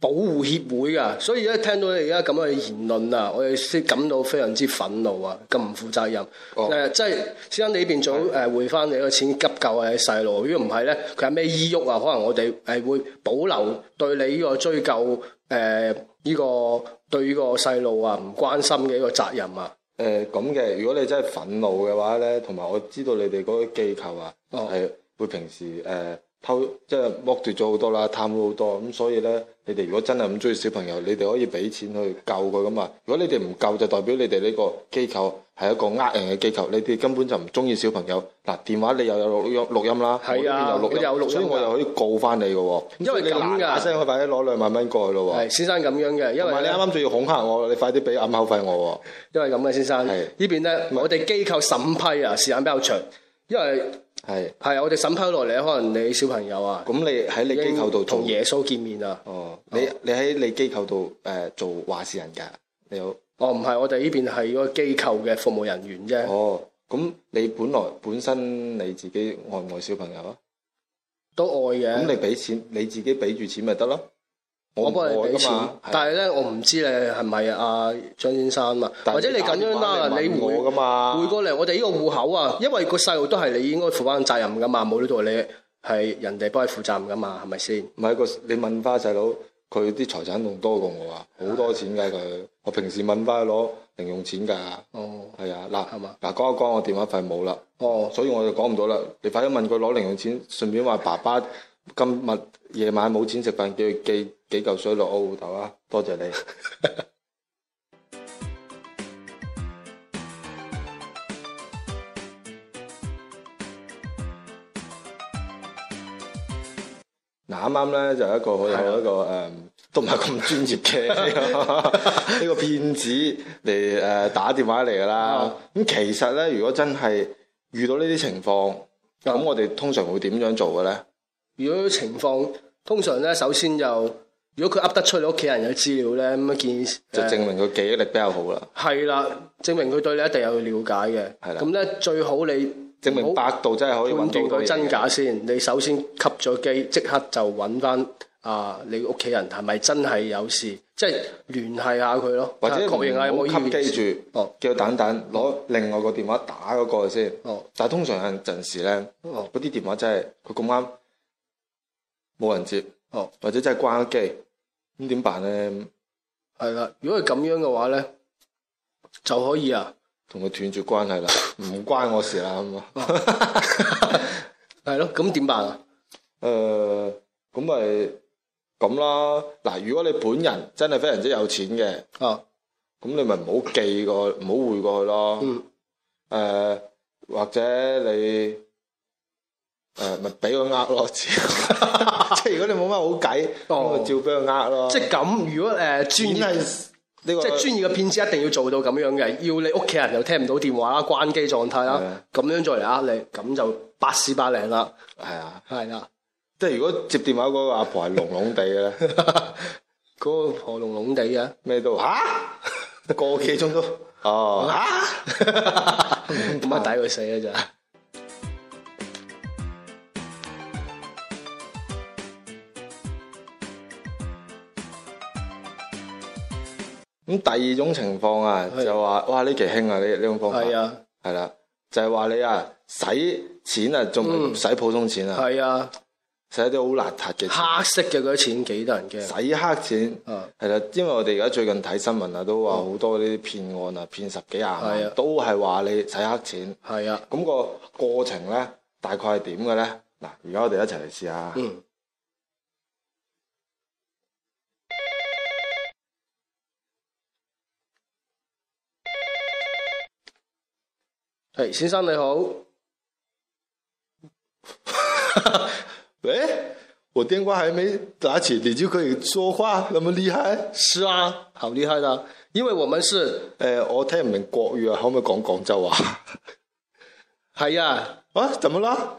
[SPEAKER 1] 保護協會㗎，所以咧聽到你而家咁樣嘅言論啊，我哋先感到非常之憤怒啊，咁唔負責任。誒、
[SPEAKER 2] 哦
[SPEAKER 1] 即係先生你呢邊早哦誒回翻你個錢急救啊，你細路。如果唔係咧，佢有咩醫鬱啊？可能我哋誒會保留對你呢個追究誒呢、個對呢個細路啊唔關心嘅一個責任啊。
[SPEAKER 2] 誒呃咁嘅，如果你真係憤怒嘅話咧，同埋我知道你哋嗰啲機構啊，係、
[SPEAKER 1] 哦
[SPEAKER 2] 會平時誒、呃偷即係剝奪咗好多啦，貪污好多，咁所以咧，你哋如果真係咁中意小朋友，你哋可以俾錢去救佢噶嘛。如果你哋唔救，就代表你哋呢個機構係一個呃人嘅機構，你哋根本就唔中意小朋友。嗱，電話你又有錄音錄音啦，
[SPEAKER 1] 係啊
[SPEAKER 2] 我呢邊有
[SPEAKER 1] 我有錄音㗎
[SPEAKER 2] 所以我又可以告翻你嘅喎。
[SPEAKER 1] 因為
[SPEAKER 2] 所以你
[SPEAKER 1] 咁㗎
[SPEAKER 2] 嗱嗱聲，我快啲攞兩萬蚊過去咯喎。
[SPEAKER 1] 係先生咁樣嘅，因
[SPEAKER 2] 同
[SPEAKER 1] 為
[SPEAKER 2] 埋你
[SPEAKER 1] 咧
[SPEAKER 2] 啱啱仲要恐嚇我，你快啲俾暗口費我喎。
[SPEAKER 1] 因為咁嘅先生，
[SPEAKER 2] 係
[SPEAKER 1] 呢邊咧我哋機構審批啊時間比較長，因為
[SPEAKER 2] 係，
[SPEAKER 1] 係我哋審批落嚟，可能你小朋友啊
[SPEAKER 2] 咁你喺你
[SPEAKER 1] 已經
[SPEAKER 2] 機構度做
[SPEAKER 1] 同耶穌見面啊。
[SPEAKER 2] 哦，你你喺你機構度誒、呃做話事人㗎，你有
[SPEAKER 1] 哦，唔係，我哋呢邊係嗰個機構嘅服務人員啫。
[SPEAKER 2] 哦，咁你本來本身你自己愛唔愛小朋友啊？
[SPEAKER 1] 都愛
[SPEAKER 2] 咁
[SPEAKER 1] 嘅。
[SPEAKER 2] 你俾錢，你自己俾住錢咪得咯。
[SPEAKER 1] 我
[SPEAKER 2] 唔
[SPEAKER 1] 幫你
[SPEAKER 2] 愛
[SPEAKER 1] 俾
[SPEAKER 2] 㗎
[SPEAKER 1] 錢
[SPEAKER 2] 嘛，係啊
[SPEAKER 1] 但係咧，我唔知你係咪阿張先生啊，
[SPEAKER 2] 但係
[SPEAKER 1] 或者你咁樣啦，
[SPEAKER 2] 打電話
[SPEAKER 1] 你
[SPEAKER 2] 嚟問
[SPEAKER 1] 回
[SPEAKER 2] 我㗎嘛
[SPEAKER 1] 回過嚟我哋呢個户口啊，因為個細路都係你應該負翻責任噶嘛，冇呢度你係人哋幫你負責任噶嘛，係咪先？
[SPEAKER 2] 唔係個你問翻細佬，佢啲財產仲多過我啊，好多錢㗎佢。我平時問翻佢攞零用錢㗎，
[SPEAKER 1] 哦，
[SPEAKER 2] 係啊
[SPEAKER 1] 係嘛
[SPEAKER 2] 嗱嗱講一講我電話費冇啦。
[SPEAKER 1] 哦，
[SPEAKER 2] 所以我就講唔到啦。你快啲問佢攞零用錢，順便話爸爸今日夜晚冇錢食飯，叫佢寄幾嚿水落我老豆啊！多謝你。嗱，啱啱咧就有一個好有一個誒、
[SPEAKER 1] 啊
[SPEAKER 2] 都唔係咁專業嘅 呢個騙子嚟誒、打電話嚟㗎
[SPEAKER 1] 哦
[SPEAKER 2] 啦。咁其實咧，如果真係遇到呢啲情
[SPEAKER 1] 哦
[SPEAKER 2] 況，咁我哋通常會點樣做嘅咧？
[SPEAKER 1] 如果情況通常咧，首先就如果佢噏得出你屋企人嘅資料咧，咁啊建議
[SPEAKER 2] 就
[SPEAKER 1] 誒
[SPEAKER 2] 證明佢記憶力比較好啦。
[SPEAKER 1] 係啦，證明佢對你一定有了解嘅。
[SPEAKER 2] 係啦
[SPEAKER 1] 咁咧最好你
[SPEAKER 2] 證明
[SPEAKER 1] 唔好
[SPEAKER 2] 百度真係可以
[SPEAKER 1] 判斷
[SPEAKER 2] 揾到
[SPEAKER 1] 佢
[SPEAKER 2] 佢
[SPEAKER 1] 真。假先。你首先吸咗機，即刻就揾翻啊你屋企人係咪真係有事，即係聯繫下佢咯，
[SPEAKER 2] 或者
[SPEAKER 1] 睇下啊確認下有
[SPEAKER 2] 唔
[SPEAKER 1] 冇
[SPEAKER 2] 好
[SPEAKER 1] 呢件
[SPEAKER 2] 吸
[SPEAKER 1] 事
[SPEAKER 2] 記住，
[SPEAKER 1] 哦
[SPEAKER 2] 叫蛋蛋攞另外個電話打嗰個先。
[SPEAKER 1] 哦
[SPEAKER 2] 但係通常有陣時咧，
[SPEAKER 1] 哦
[SPEAKER 2] 嗰啲電話真係佢咁啱冇人接，
[SPEAKER 1] 哦，
[SPEAKER 2] 或者真係關咗機，咁點辦咧？
[SPEAKER 1] 係啦。如果係咁樣嘅話咧，就可以啊，
[SPEAKER 2] 同佢斷絕 關係啦，唔關我事啦咁啊。
[SPEAKER 1] 哦 係咯。咁點辦啊？
[SPEAKER 2] 誒，咁咪咁啦。嗱，如果你本人真係非常之有錢嘅。
[SPEAKER 1] 啊，
[SPEAKER 2] 咁你咪唔好寄過，唔好匯過去咯。誒、
[SPEAKER 1] 嗯
[SPEAKER 2] 或者你誒咪俾佢呃 咯，只即係如果你冇乜好計，咁
[SPEAKER 1] 哦
[SPEAKER 2] 咪照俾佢呃咯。
[SPEAKER 1] 即係咁。如果誒、呃、專
[SPEAKER 2] 錢
[SPEAKER 1] 業
[SPEAKER 2] 係呢個
[SPEAKER 1] 即係專業嘅騙子一定要做到咁樣嘅，要你屋企人又聽唔到電話啦，關機狀態
[SPEAKER 2] 係
[SPEAKER 1] 啦
[SPEAKER 2] 啊，
[SPEAKER 1] 咁樣再嚟呃你，咁就百試百靈啦，
[SPEAKER 2] 係啊，
[SPEAKER 1] 係啦。
[SPEAKER 2] 即係如果接電話嗰個阿婆係聾聾地嘅咧，
[SPEAKER 1] 嗰個婆聾聾地啊嘅，
[SPEAKER 2] 咩都吓
[SPEAKER 1] 個幾鐘都
[SPEAKER 2] 哦
[SPEAKER 1] 啊，咁啊抵佢死啊咋！
[SPEAKER 2] 咁第二種情況啊，
[SPEAKER 1] 係
[SPEAKER 2] 就話哇呢期興啊呢呢種方法
[SPEAKER 1] 係啊，
[SPEAKER 2] 係啦，就係話你啊使錢啊，仲唔
[SPEAKER 1] 嗯
[SPEAKER 2] 使普通錢啊，
[SPEAKER 1] 係啊，
[SPEAKER 2] 使啲好邋遢嘅錢，
[SPEAKER 1] 黑色嘅嗰啲錢幾得人驚。
[SPEAKER 2] 洗黑錢
[SPEAKER 1] 啊
[SPEAKER 2] 係啦，因為我哋而家最近睇新聞啊，都話好多呢啲騙案啊，騙十幾廿
[SPEAKER 1] 係啊
[SPEAKER 2] 萬，都係話你洗黑錢。
[SPEAKER 1] 係啊，
[SPEAKER 2] 咁個過程咧，大概係點嘅咧？嗱，而家我哋一齊嚟試下。
[SPEAKER 1] 嗯，係先生你好，
[SPEAKER 2] 喂，我電話還沒打起，你就可以說話，那麼厲害？誒、
[SPEAKER 1] 是啊，好厲害的，因為我們是
[SPEAKER 2] 我聽唔明國語啊，可唔可以講廣州話？
[SPEAKER 1] 係啊，
[SPEAKER 2] 啊，怎麼啦？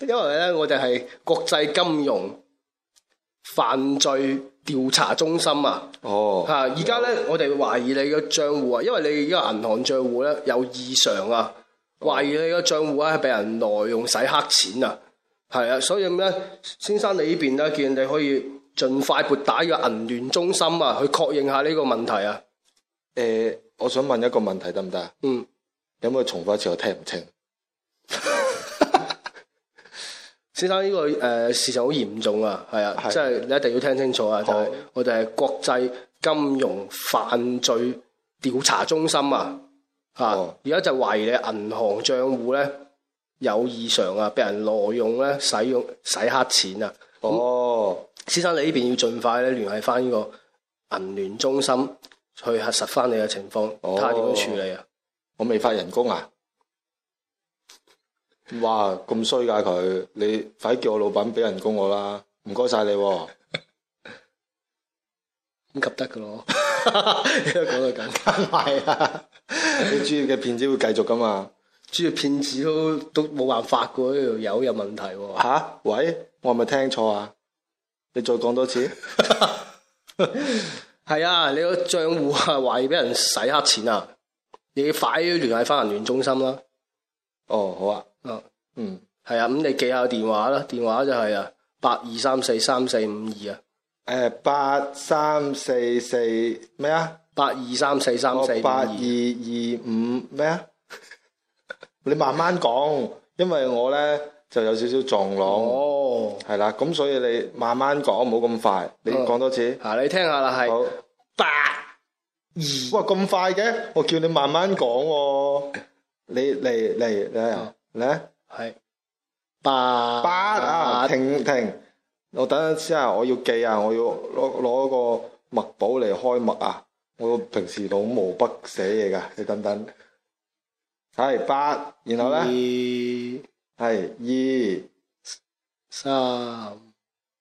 [SPEAKER 1] 因為咧我哋係國際金融犯罪調查中心啊。
[SPEAKER 2] 哦，
[SPEAKER 1] 嚇！而家咧，我哋懷疑你嘅帳戶啊，因為你而家銀行帳戶咧有異常啊，懷疑你嘅帳戶啊咧係俾人挪用洗黑錢啊，係啊，所以咁咧，先生你呢邊咧建議你可以盡快撥打呢個銀聯中心啊，去確認下呢個問題啊。
[SPEAKER 2] 誒、我想問一個問題得唔得啊？
[SPEAKER 1] 嗯，
[SPEAKER 2] 有冇重複一次？我聽唔清。
[SPEAKER 1] 先生呢、個誒、呃事情好嚴重啊，係啊，
[SPEAKER 2] 係
[SPEAKER 1] 即係你一定要聽清楚啊，就係、
[SPEAKER 2] 好
[SPEAKER 1] 我哋係國際金融犯罪調查中心啊，嚇、
[SPEAKER 2] 哦
[SPEAKER 1] 而家就懷疑你銀行帳戶咧有異常啊，俾人挪用咧、使用洗黑錢啊，
[SPEAKER 2] 哦，
[SPEAKER 1] 先生你呢邊要盡快咧聯繫翻呢個銀聯中心去核實翻你嘅情況，
[SPEAKER 2] 哦
[SPEAKER 1] 睇下點樣處理啊。
[SPEAKER 2] 我未發人工啊！哇，咁衰㗎佢！你快啲叫我老闆俾人工我啦！唔該晒你喎、
[SPEAKER 1] 咁及得噶咯， 你都講到咁，
[SPEAKER 2] 係啊，你專業嘅騙子會繼續噶嘛？
[SPEAKER 1] 主要騙子都都冇辦法噶，呢條友有問題喎、
[SPEAKER 2] 吓、喂，我係咪聽錯啊？你再講多次。
[SPEAKER 1] 係啊，你個帳戶啊懷疑俾人洗黑錢啊，你要快啲聯繫翻銀聯中心啦。
[SPEAKER 2] 哦，好啊，
[SPEAKER 1] 啊，
[SPEAKER 2] 嗯，
[SPEAKER 1] 係啊，咁你記下電話啦，電話就係啊八二三四三四五二啊，
[SPEAKER 2] 誒八三四四咩啊？
[SPEAKER 1] 八二三四三
[SPEAKER 2] 哦
[SPEAKER 1] 四五
[SPEAKER 2] 八二二
[SPEAKER 1] 二。
[SPEAKER 2] 五咩啊？ 你慢慢講，因為我咧就有少少撞聾，
[SPEAKER 1] 哦，
[SPEAKER 2] 係啦，咁所以你慢慢講，唔好咁快。你
[SPEAKER 1] 嗯
[SPEAKER 2] 講多次。
[SPEAKER 1] 嗱你聽下啦，
[SPEAKER 2] 好，
[SPEAKER 1] 係八
[SPEAKER 2] 哇咁快嘅，我叫你慢慢講喎。你嚟嚟嚟啊嚟啊！
[SPEAKER 1] 係八
[SPEAKER 2] 八啊，停停，我等陣先啊，我要記啊，我要攞攞個墨寶嚟開墨啊，我平時老毛筆寫嘢噶，你等等，係八，然後
[SPEAKER 1] 二
[SPEAKER 2] 咧係二，
[SPEAKER 1] 三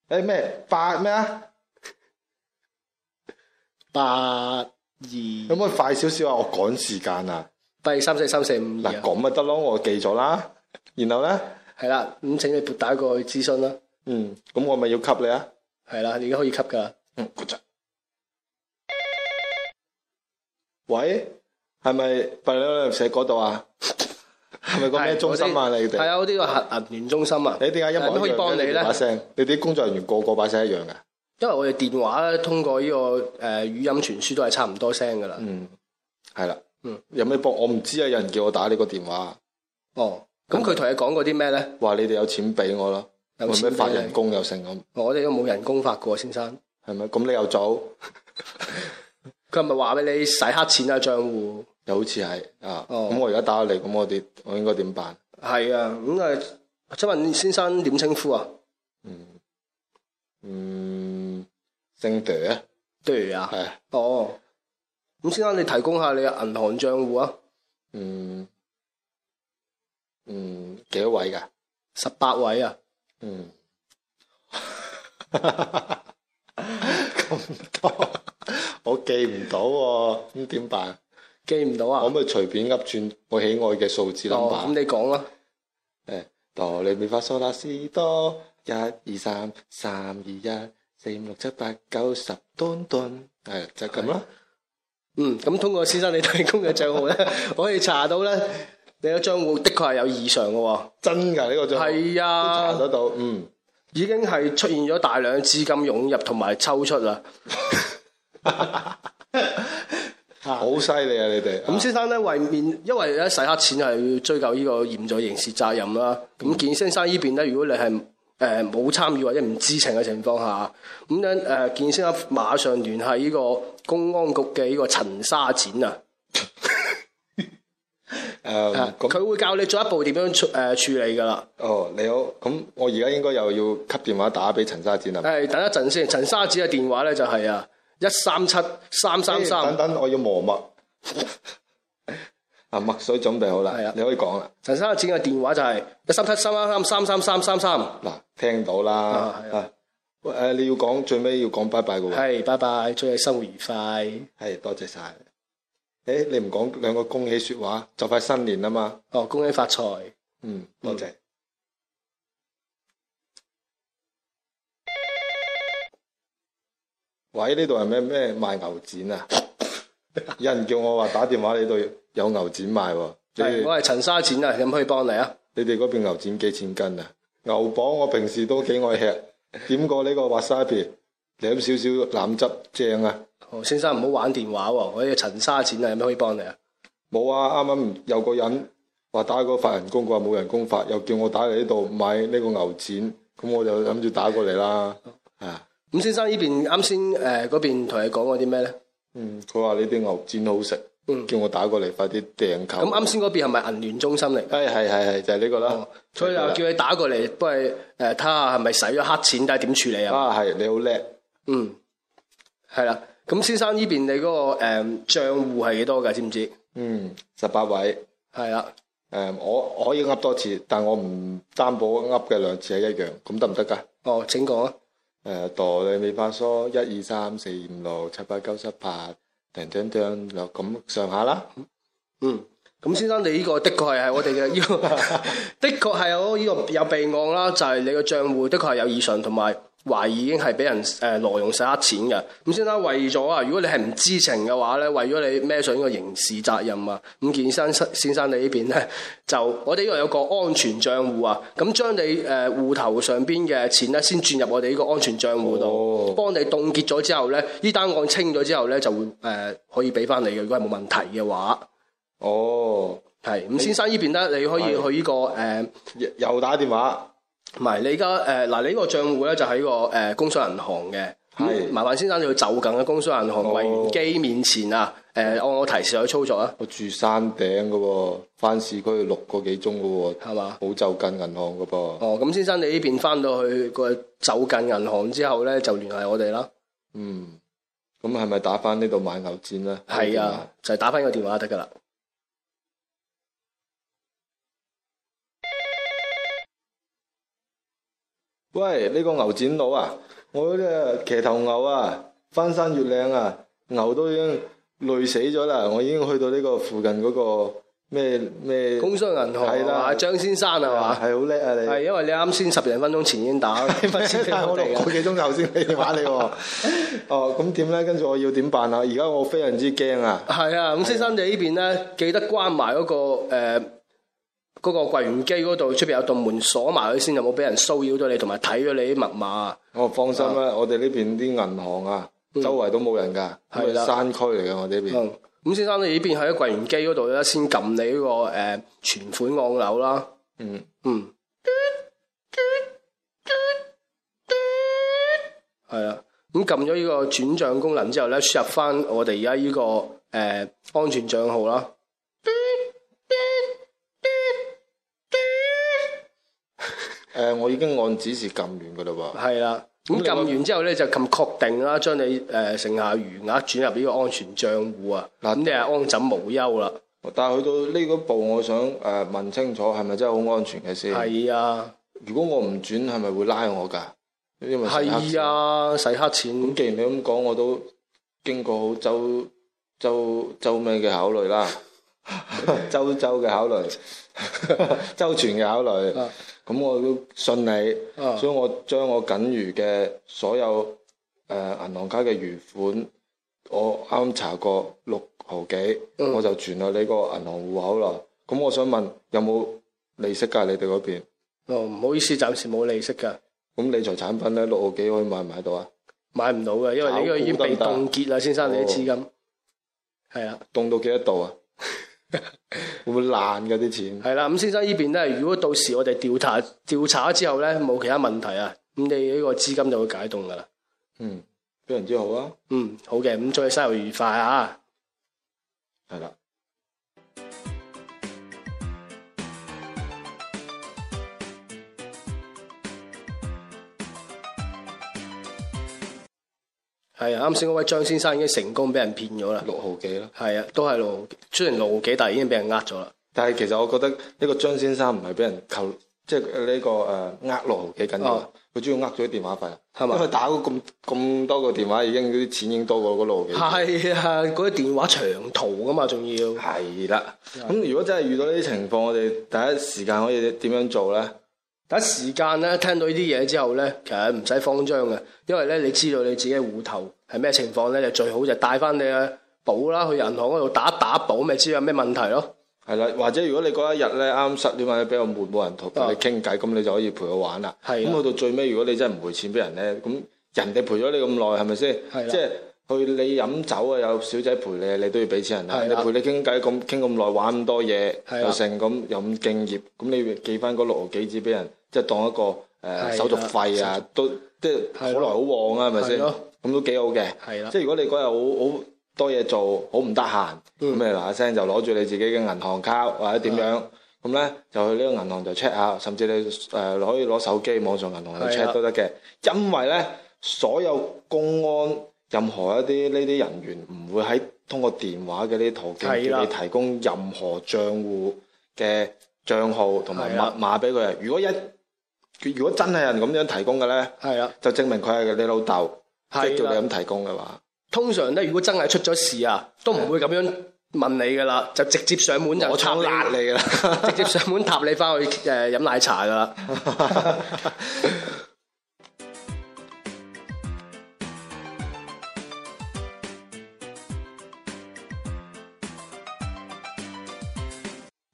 [SPEAKER 2] 誒咩八咩啊？
[SPEAKER 1] 八二
[SPEAKER 2] 可
[SPEAKER 1] 咁
[SPEAKER 2] 唔可以快少少啊？我趕時間啊！
[SPEAKER 1] 八二三四三四五二
[SPEAKER 2] 嗱，
[SPEAKER 1] 啊，
[SPEAKER 2] 咁咪得咯，我記咗啦。然後咧，
[SPEAKER 1] 係啦，咁請你撥打過去諮詢啦，
[SPEAKER 2] 嗯，咁我咪要給你啊。
[SPEAKER 1] 係啦，你而家可以吸㗎啦。
[SPEAKER 2] 嗯，good job。喂，係咪八兩社嗰度啊？ 係咪個咩中心啊？你
[SPEAKER 1] 係
[SPEAKER 2] 哋？
[SPEAKER 1] 啊，我呢個核銀聯中心啊。
[SPEAKER 2] 你點解一模一樣嘅
[SPEAKER 1] 可以幫你
[SPEAKER 2] 哋
[SPEAKER 1] 咧
[SPEAKER 2] 把聲，你啲工作人員個個把聲一樣嘅。
[SPEAKER 1] 因為我哋電話咧，通過呢、個誒、呃、語音傳輸都係差唔多聲噶啦。
[SPEAKER 2] 嗯，係啦。
[SPEAKER 1] 嗯，
[SPEAKER 2] 有咩幫？我唔知啊，有人叫我打呢個電話，
[SPEAKER 1] 哦，咁佢同你講過啲咩咧？
[SPEAKER 2] 話你哋有錢俾嗯我啦，
[SPEAKER 1] 有
[SPEAKER 2] 話
[SPEAKER 1] 錢俾
[SPEAKER 2] 咩
[SPEAKER 1] 你
[SPEAKER 2] 發人工又成咁，
[SPEAKER 1] 我哋都冇人工發過，先生。
[SPEAKER 2] 係咪？咁你又早，
[SPEAKER 1] 佢係咪話俾你洗黑錢啊？帳戶
[SPEAKER 2] 又好似係啊。
[SPEAKER 1] 哦
[SPEAKER 2] 咁我而家打嚟，咁我哋我應該點辦？
[SPEAKER 1] 係啊，咁啊，我想問先生點稱呼啊？
[SPEAKER 2] 嗯，姓嗲啊，
[SPEAKER 1] 對啊，
[SPEAKER 2] 係。
[SPEAKER 1] 哦，咁先生你提供下你嘅銀行帳戶啊，
[SPEAKER 2] 嗯，嗯，幾多位噶？
[SPEAKER 1] 十八位啊，
[SPEAKER 2] 嗯，咁多，我記唔到喎，咁點辦？
[SPEAKER 1] 記唔到
[SPEAKER 2] 我可
[SPEAKER 1] 啊
[SPEAKER 2] 唔？可以隨便噏轉我喜愛嘅數字
[SPEAKER 1] 哦，咁
[SPEAKER 2] number？
[SPEAKER 1] 你講啦，
[SPEAKER 2] 誒，哆嚟咪發嗦啦西哆，一二三，三二一，四五六七八九十，墩墩，係就係咁啦。
[SPEAKER 1] 嗯，咁通過先生你提供嘅帳號咧， 我可以查到咧，你嘅帳户的確係有異常嘅喎，
[SPEAKER 2] 真㗎呢個就
[SPEAKER 1] 係
[SPEAKER 2] 都
[SPEAKER 1] 啊
[SPEAKER 2] 查得到，嗯。
[SPEAKER 1] 已經係出現咗大量嘅資金湧入同埋抽出啦。
[SPEAKER 2] 好犀利啊！你哋
[SPEAKER 1] 咁先生咧為面，因為咧洗黑錢係要追究呢個嚴罪刑事責任啦。咁建議先生呢邊咧，如果你係誒冇參與或者唔知情嘅情況下，咁樣誒建議先生馬上聯繫呢個公安局嘅呢個陳沙展啊，
[SPEAKER 2] 誒呃咁
[SPEAKER 1] 佢會教你進一步點樣處誒、處理㗎啦。
[SPEAKER 2] 哦，你好，咁我而家應該又要給電話打俾陳沙展啊啦。
[SPEAKER 1] 誒等一陣先，陳沙展嘅電話咧就係啊一三七三三
[SPEAKER 2] 誒等
[SPEAKER 1] 三，
[SPEAKER 2] 等，我要磨墨。 啊，墨水準備好啦
[SPEAKER 1] 係啊，
[SPEAKER 2] 你可以講啦。
[SPEAKER 1] 陳沙展嘅電話就係一三七三三三三三三三，
[SPEAKER 2] 嗱，聽到啦。
[SPEAKER 1] 啊係
[SPEAKER 2] 啊，喂誒，你要講最尾要講拜拜嘅喎。
[SPEAKER 1] 係，拜拜，祝你生活愉快。
[SPEAKER 2] 係，多謝晒。誒，你唔講兩個恭喜説話，就快新年啦嘛。
[SPEAKER 1] 哦，恭喜發財。
[SPEAKER 2] 嗯，多謝。喂，呢度係咩咩賣牛展 啊？有人叫我話打電話，你度有牛展賣喎。你
[SPEAKER 1] 係，
[SPEAKER 2] 哋
[SPEAKER 1] 我係陳沙展啊，有冇可以幫你啊？
[SPEAKER 2] 你哋嗰邊牛展幾錢斤啊？牛磅我平時都幾愛吃，點過呢個 wasabi，舐少少腩汁，正啊！
[SPEAKER 1] 何哦先生唔好玩電話喎，我係陳沙展啊，有咩可以幫你啊？
[SPEAKER 2] 冇啊，啱啱有個人話打個發人工，佢話冇人工發，又叫我打嚟呢度買呢個牛展，咁我就諗住打過嚟啦。啊，
[SPEAKER 1] 咁先生呢邊啱先誒嗰邊同你講過啲咩咧？
[SPEAKER 2] 嗯，佢話你啲牛展好食，
[SPEAKER 1] 嗯
[SPEAKER 2] 叫我打過嚟快啲訂購。
[SPEAKER 1] 咁啱先嗰邊係咪銀聯中心嚟？
[SPEAKER 2] 係係係係就係呢個啦
[SPEAKER 1] 哦。所以
[SPEAKER 2] 就
[SPEAKER 1] 啊，
[SPEAKER 2] 係呢個
[SPEAKER 1] 叫
[SPEAKER 2] 啦
[SPEAKER 1] 你打過嚟，不過誒睇下係咪使咗黑錢，睇下點處理啊？
[SPEAKER 2] 啊係你好叻，
[SPEAKER 1] 嗯，係啦。咁先生呢邊你嗰個誒帳戶係幾多㗎？知唔知？
[SPEAKER 2] 嗯，十八位。
[SPEAKER 1] 係啦，
[SPEAKER 2] 誒、我我可以噏多次，但我唔擔保噏嘅兩次係一樣，咁得唔得㗎？
[SPEAKER 1] 哦，請講啊。
[SPEAKER 2] 誒，哆你咪發梳，一二三四五六七八九十八，叮叮叮，略咁上下啦。
[SPEAKER 1] 嗯，咁先生，你呢個的確係係我哋嘅呢個，的確係我呢個有備案啦，就係、你個帳户的確係有異常，同埋懷疑已經係俾人誒挪用洗黑錢嘅。咁先生為咗啊，如果你係唔知情嘅話咧，為咗你孭上呢個刑事責任啊，咁建議先生先生你呢邊咧，就我哋呢度有個安全帳户啊，咁將你誒户頭上邊嘅錢咧，先轉入我哋呢個安全帳户度，
[SPEAKER 2] 哦
[SPEAKER 1] 幫你凍結咗之後咧，呢單案清咗之後咧，就會誒、呃可以俾翻你嘅，如果係冇問題嘅話。
[SPEAKER 2] 哦，
[SPEAKER 1] 係，咁先生呢邊咧，你可以去呢、個誒，
[SPEAKER 2] 又又打電話。
[SPEAKER 1] 唔係你而家誒嗱，你呢個帳户咧就喺個誒工商銀行嘅。咁
[SPEAKER 2] 係
[SPEAKER 1] 麻煩先生你要就近嘅工商銀行
[SPEAKER 2] 哦
[SPEAKER 1] 櫃員機面前啊，誒、按我提示去操作啊，
[SPEAKER 2] 我住山頂噶喎，翻市區六個幾鐘噶
[SPEAKER 1] 係嘛？
[SPEAKER 2] 喎，好就近銀行噶噃。
[SPEAKER 1] 哦，咁先生你呢邊翻到去個就近銀行之後咧，就聯繫我哋啦。
[SPEAKER 2] 嗯，咁係咪打翻呢度買牛展咧？
[SPEAKER 1] 係
[SPEAKER 2] 嗯
[SPEAKER 1] 啊，，就係打翻個電話得㗎啦。
[SPEAKER 2] 喂，呢、個牛展佬啊，我呢隻騎頭牛啊，翻山越嶺啊，牛都已經累死咗啦，我已經去到呢個附近嗰個咩咩，
[SPEAKER 1] 工商銀行
[SPEAKER 2] 係啦
[SPEAKER 1] 啊，張先生係
[SPEAKER 2] 啊
[SPEAKER 1] 嘛？
[SPEAKER 2] 係好叻啊你。
[SPEAKER 1] 係因為你啱先十零分鐘前已經打，
[SPEAKER 2] 但
[SPEAKER 1] 啊
[SPEAKER 2] 係 我六個幾鐘頭先俾電話你喎。哦，咁點咧？跟住我要點辦啊？而家我非常之驚啊！
[SPEAKER 1] 係啊，咁先生你呢邊咧，記得關埋嗰、個誒嗰、個櫃員機嗰度出邊有道門鎖埋佢先，有冇俾人騷擾到你，同埋睇咗你啲密碼啊？嗯
[SPEAKER 2] 我放心啦，我哋呢邊啲銀行啊，周圍都冇人㗎，
[SPEAKER 1] 係
[SPEAKER 2] 係
[SPEAKER 1] 啦
[SPEAKER 2] 山區嚟嘅我呢邊。
[SPEAKER 1] 嗯，咁先生你呢邊喺櫃員機嗰度咧，先撳你呢、個誒、存款按鈕啦。
[SPEAKER 2] 嗯，
[SPEAKER 1] 嗯，係啦。咁撳咗呢個轉帳功能之後咧，輸入翻我哋而家呢個誒、安全帳號啦。
[SPEAKER 2] 誒，我已經按指示撳完㗎啦
[SPEAKER 1] 係啦，咁撳完之後咧就撳確定啦，將你誒、呃剩下餘額轉入呢個安全帳户啊，咁
[SPEAKER 2] 嗱
[SPEAKER 1] 你係安枕無憂啦。
[SPEAKER 2] 喎。但係去到呢個步，我想誒問清楚係咪真係好安全嘅先？
[SPEAKER 1] 係啊，
[SPEAKER 2] 如果我唔轉，係咪會拉我㗎？因為洗黑錢
[SPEAKER 1] 係。啊，洗黑
[SPEAKER 2] 咁
[SPEAKER 1] 錢
[SPEAKER 2] 既 然你咁講，我都經過好周周周咩嘅考慮啦。周周嘅考慮，周全嘅考慮。
[SPEAKER 1] 啊
[SPEAKER 2] 咁我都信你，
[SPEAKER 1] 啊
[SPEAKER 2] 所以我將我僅餘嘅所有誒、呃、銀行卡嘅餘款，我啱查過六毫幾，
[SPEAKER 1] 嗯
[SPEAKER 2] 我就存落你個銀行户口啦。咁我想問有冇利息㗎？你哋嗰邊？
[SPEAKER 1] 哦，唔好意思，暫時冇利息㗎，
[SPEAKER 2] 咁理財產品咧六毫幾可以買唔買到啊？
[SPEAKER 1] 買唔到嘅，因為你呢個已經被
[SPEAKER 2] 炒股得唔哦
[SPEAKER 1] 凍結啦，先生你啲資金。係啦，
[SPEAKER 2] 凍到幾多度啊？會唔會爛㗎啲錢？
[SPEAKER 1] 係啦，咁先生呢邊咧，如果到時我哋調查調查咗之後咧，冇其他問題啊，咁你呢個資金就會解凍㗎啦。
[SPEAKER 2] 嗯，非常之好啊！
[SPEAKER 1] 嗯，好嘅，咁祝你生日愉快啊！
[SPEAKER 2] 係啦。
[SPEAKER 1] 係啊，啱先嗰位張先生已經成功俾人騙咗啦。
[SPEAKER 2] 六毫幾啦。
[SPEAKER 1] 係啊，都係六毫，雖然六毫幾，但係已經俾人呃咗啦。
[SPEAKER 2] 但係其實我覺得呢個張先生唔係俾人扣，即係呢個誒呃六毫幾緊要啊，佢主要呃咗啲電話費啊，
[SPEAKER 1] 係嘛
[SPEAKER 2] 因為打過咁咁多個電話已經啲錢已經多過嗰六毫幾。
[SPEAKER 1] 係啊，嗰啲電話長途噶嘛，仲要
[SPEAKER 2] 係啦，咁如果真係遇到呢啲情況，我哋第一時間可以點樣做咧？
[SPEAKER 1] 第一時間咧聽到呢啲嘢之後咧，其實唔使慌張嘅，因為咧你知道你自己戶頭係咩情況咧，就最好就帶翻你嘅簿啦，去銀行嗰度打一打簿，咪知有咩問題咯。
[SPEAKER 2] 係啦，或者如果你嗰一日咧啱失戀或者比較悶，冇人同
[SPEAKER 1] 啊
[SPEAKER 2] 你傾偈，咁你就可以陪佢玩啦。
[SPEAKER 1] 係
[SPEAKER 2] 咁
[SPEAKER 1] 啦
[SPEAKER 2] 去到最尾，如果你真係唔賠錢俾人咧，咁人哋陪咗你咁耐，係咪先？
[SPEAKER 1] 係啦
[SPEAKER 2] 即係去你飲酒啊，有小姐陪你，你都要俾錢人啦。
[SPEAKER 1] 係
[SPEAKER 2] 你
[SPEAKER 1] 啦
[SPEAKER 2] 陪你傾偈咁傾咁耐，玩咁多嘢
[SPEAKER 1] 係啦
[SPEAKER 2] 又成咁又咁敬業，咁你寄翻嗰六毫幾紙俾人，即係當一個誒、
[SPEAKER 1] 係啦
[SPEAKER 2] 手續費啊，都即係好
[SPEAKER 1] 係
[SPEAKER 2] 來
[SPEAKER 1] 咯
[SPEAKER 2] 好往啊，係咪
[SPEAKER 1] 係
[SPEAKER 2] 先？
[SPEAKER 1] 咯
[SPEAKER 2] 咁都幾好嘅。
[SPEAKER 1] 係啦
[SPEAKER 2] 即係如果你嗰日好好多嘢做，好唔得閒，
[SPEAKER 1] 嗯
[SPEAKER 2] 咁你嗱嗱聲就攞住你自己嘅銀行卡或者點樣，咁咧就去呢個銀行就 check 下，甚至你誒、呃可以攞手機網上銀行去
[SPEAKER 1] 係
[SPEAKER 2] check
[SPEAKER 1] 啦
[SPEAKER 2] 都得嘅，因為咧所有公安任何一啲呢啲人員唔會喺通過電話嘅呢啲途徑
[SPEAKER 1] 係
[SPEAKER 2] 叫
[SPEAKER 1] 啦
[SPEAKER 2] 你提供任何帳戶嘅帳號同埋
[SPEAKER 1] 係啦
[SPEAKER 2] 密碼俾佢。啊如果一如果真係有人咁樣提供嘅咧，
[SPEAKER 1] 係啦，
[SPEAKER 2] 就證明佢係你老豆，即係
[SPEAKER 1] 係
[SPEAKER 2] 叫
[SPEAKER 1] 啦
[SPEAKER 2] 你咁提供嘅話。
[SPEAKER 1] 通常咧如果真係出咗事啊，都唔會咁樣問你噶啦，就直接上門就
[SPEAKER 2] 我
[SPEAKER 1] 插
[SPEAKER 2] 唱辣你㗎啦。
[SPEAKER 1] 直接上門 搭你翻去誒飲奶茶噶 啦。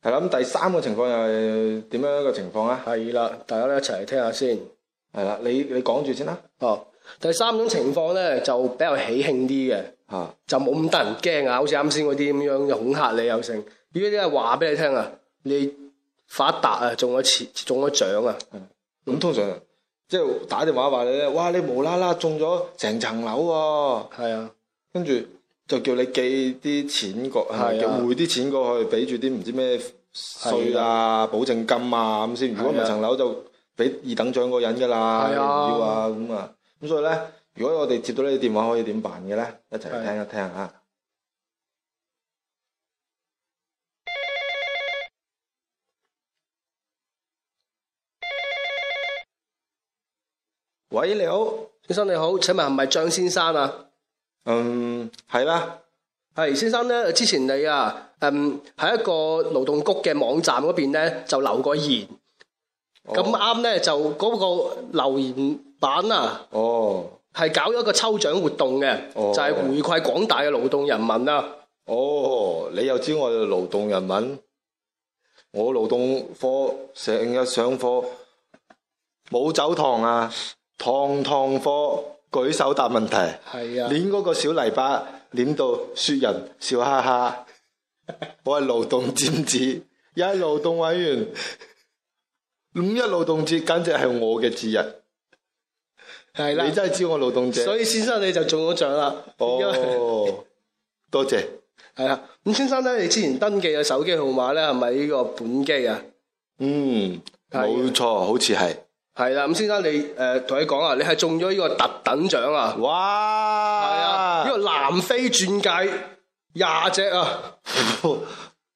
[SPEAKER 2] 係啦，咁第三個情況又係點樣一個情況啊？
[SPEAKER 1] 係啦，大家咧一齊嚟聽下先。
[SPEAKER 2] 係啦，你你講住先啦。
[SPEAKER 1] 哦，第三種情況咧就比較喜慶啲嘅，
[SPEAKER 2] 嚇，
[SPEAKER 1] 就冇咁得人驚啊！好似啱先嗰啲咁樣，又恐嚇你又剩。呢啲係話俾你聽啊，你發達啊，中咗錢，中咗獎啊！
[SPEAKER 2] 咁通常即係打電話話你咧，哇！你無啦啦中咗成層樓喎，
[SPEAKER 1] 係啊，
[SPEAKER 2] 跟住就叫你寄啲錢過，係咪
[SPEAKER 1] 係啊
[SPEAKER 2] 叫匯啲錢過去，俾住啲唔知咩税啊、保證金啊咁先。如果唔
[SPEAKER 1] 係
[SPEAKER 2] 係
[SPEAKER 1] 啊
[SPEAKER 2] 層樓就俾二等獎嗰人㗎啦，
[SPEAKER 1] 係
[SPEAKER 2] 你
[SPEAKER 1] 啊
[SPEAKER 2] 唔要啊咁啊。咁所以咧，如果我哋接到呢啲電話，可以點辦嘅咧？一齊嚟聽一聽啊！喂，你好。
[SPEAKER 1] 先生你好，請問係咪張先生啊？
[SPEAKER 2] 嗯，係啦。
[SPEAKER 1] 係先生咧，之前你啊，嗯，喺一個勞動局嘅網站嗰邊咧就留過言，
[SPEAKER 2] 哦
[SPEAKER 1] 咁啊啱咧就嗰個留言版啊。
[SPEAKER 2] 哦，
[SPEAKER 1] 係搞咗一個抽獎活動嘅，
[SPEAKER 2] 哦
[SPEAKER 1] 就係回饋廣大嘅勞動人民啊啦。
[SPEAKER 2] 哦，你又知我哋勞動人民？我勞動科成日上課冇走堂啊，堂堂課舉手答問題，
[SPEAKER 1] 係啊，
[SPEAKER 2] 捻嗰個小泥巴捻到雪人笑哈哈。我係勞動尖子，又係勞動委員。五一勞動節簡直係我嘅節日，
[SPEAKER 1] 係
[SPEAKER 2] 你
[SPEAKER 1] 啦，
[SPEAKER 2] 真係知我勞動者。
[SPEAKER 1] 所以先生你就中咗獎啦。因為
[SPEAKER 2] 哦，多謝。
[SPEAKER 1] 係啦，咁先生咧，你之前登記嘅手機號碼咧係咪呢個本機啊？
[SPEAKER 2] 嗯，
[SPEAKER 1] 係啊
[SPEAKER 2] 冇錯，好似係。
[SPEAKER 1] 係啦，咁先生你誒同、你講啊，你係中咗呢個特等獎啊！係啊，
[SPEAKER 2] 哇！
[SPEAKER 1] 呢個南非鑽戒廿隻啊！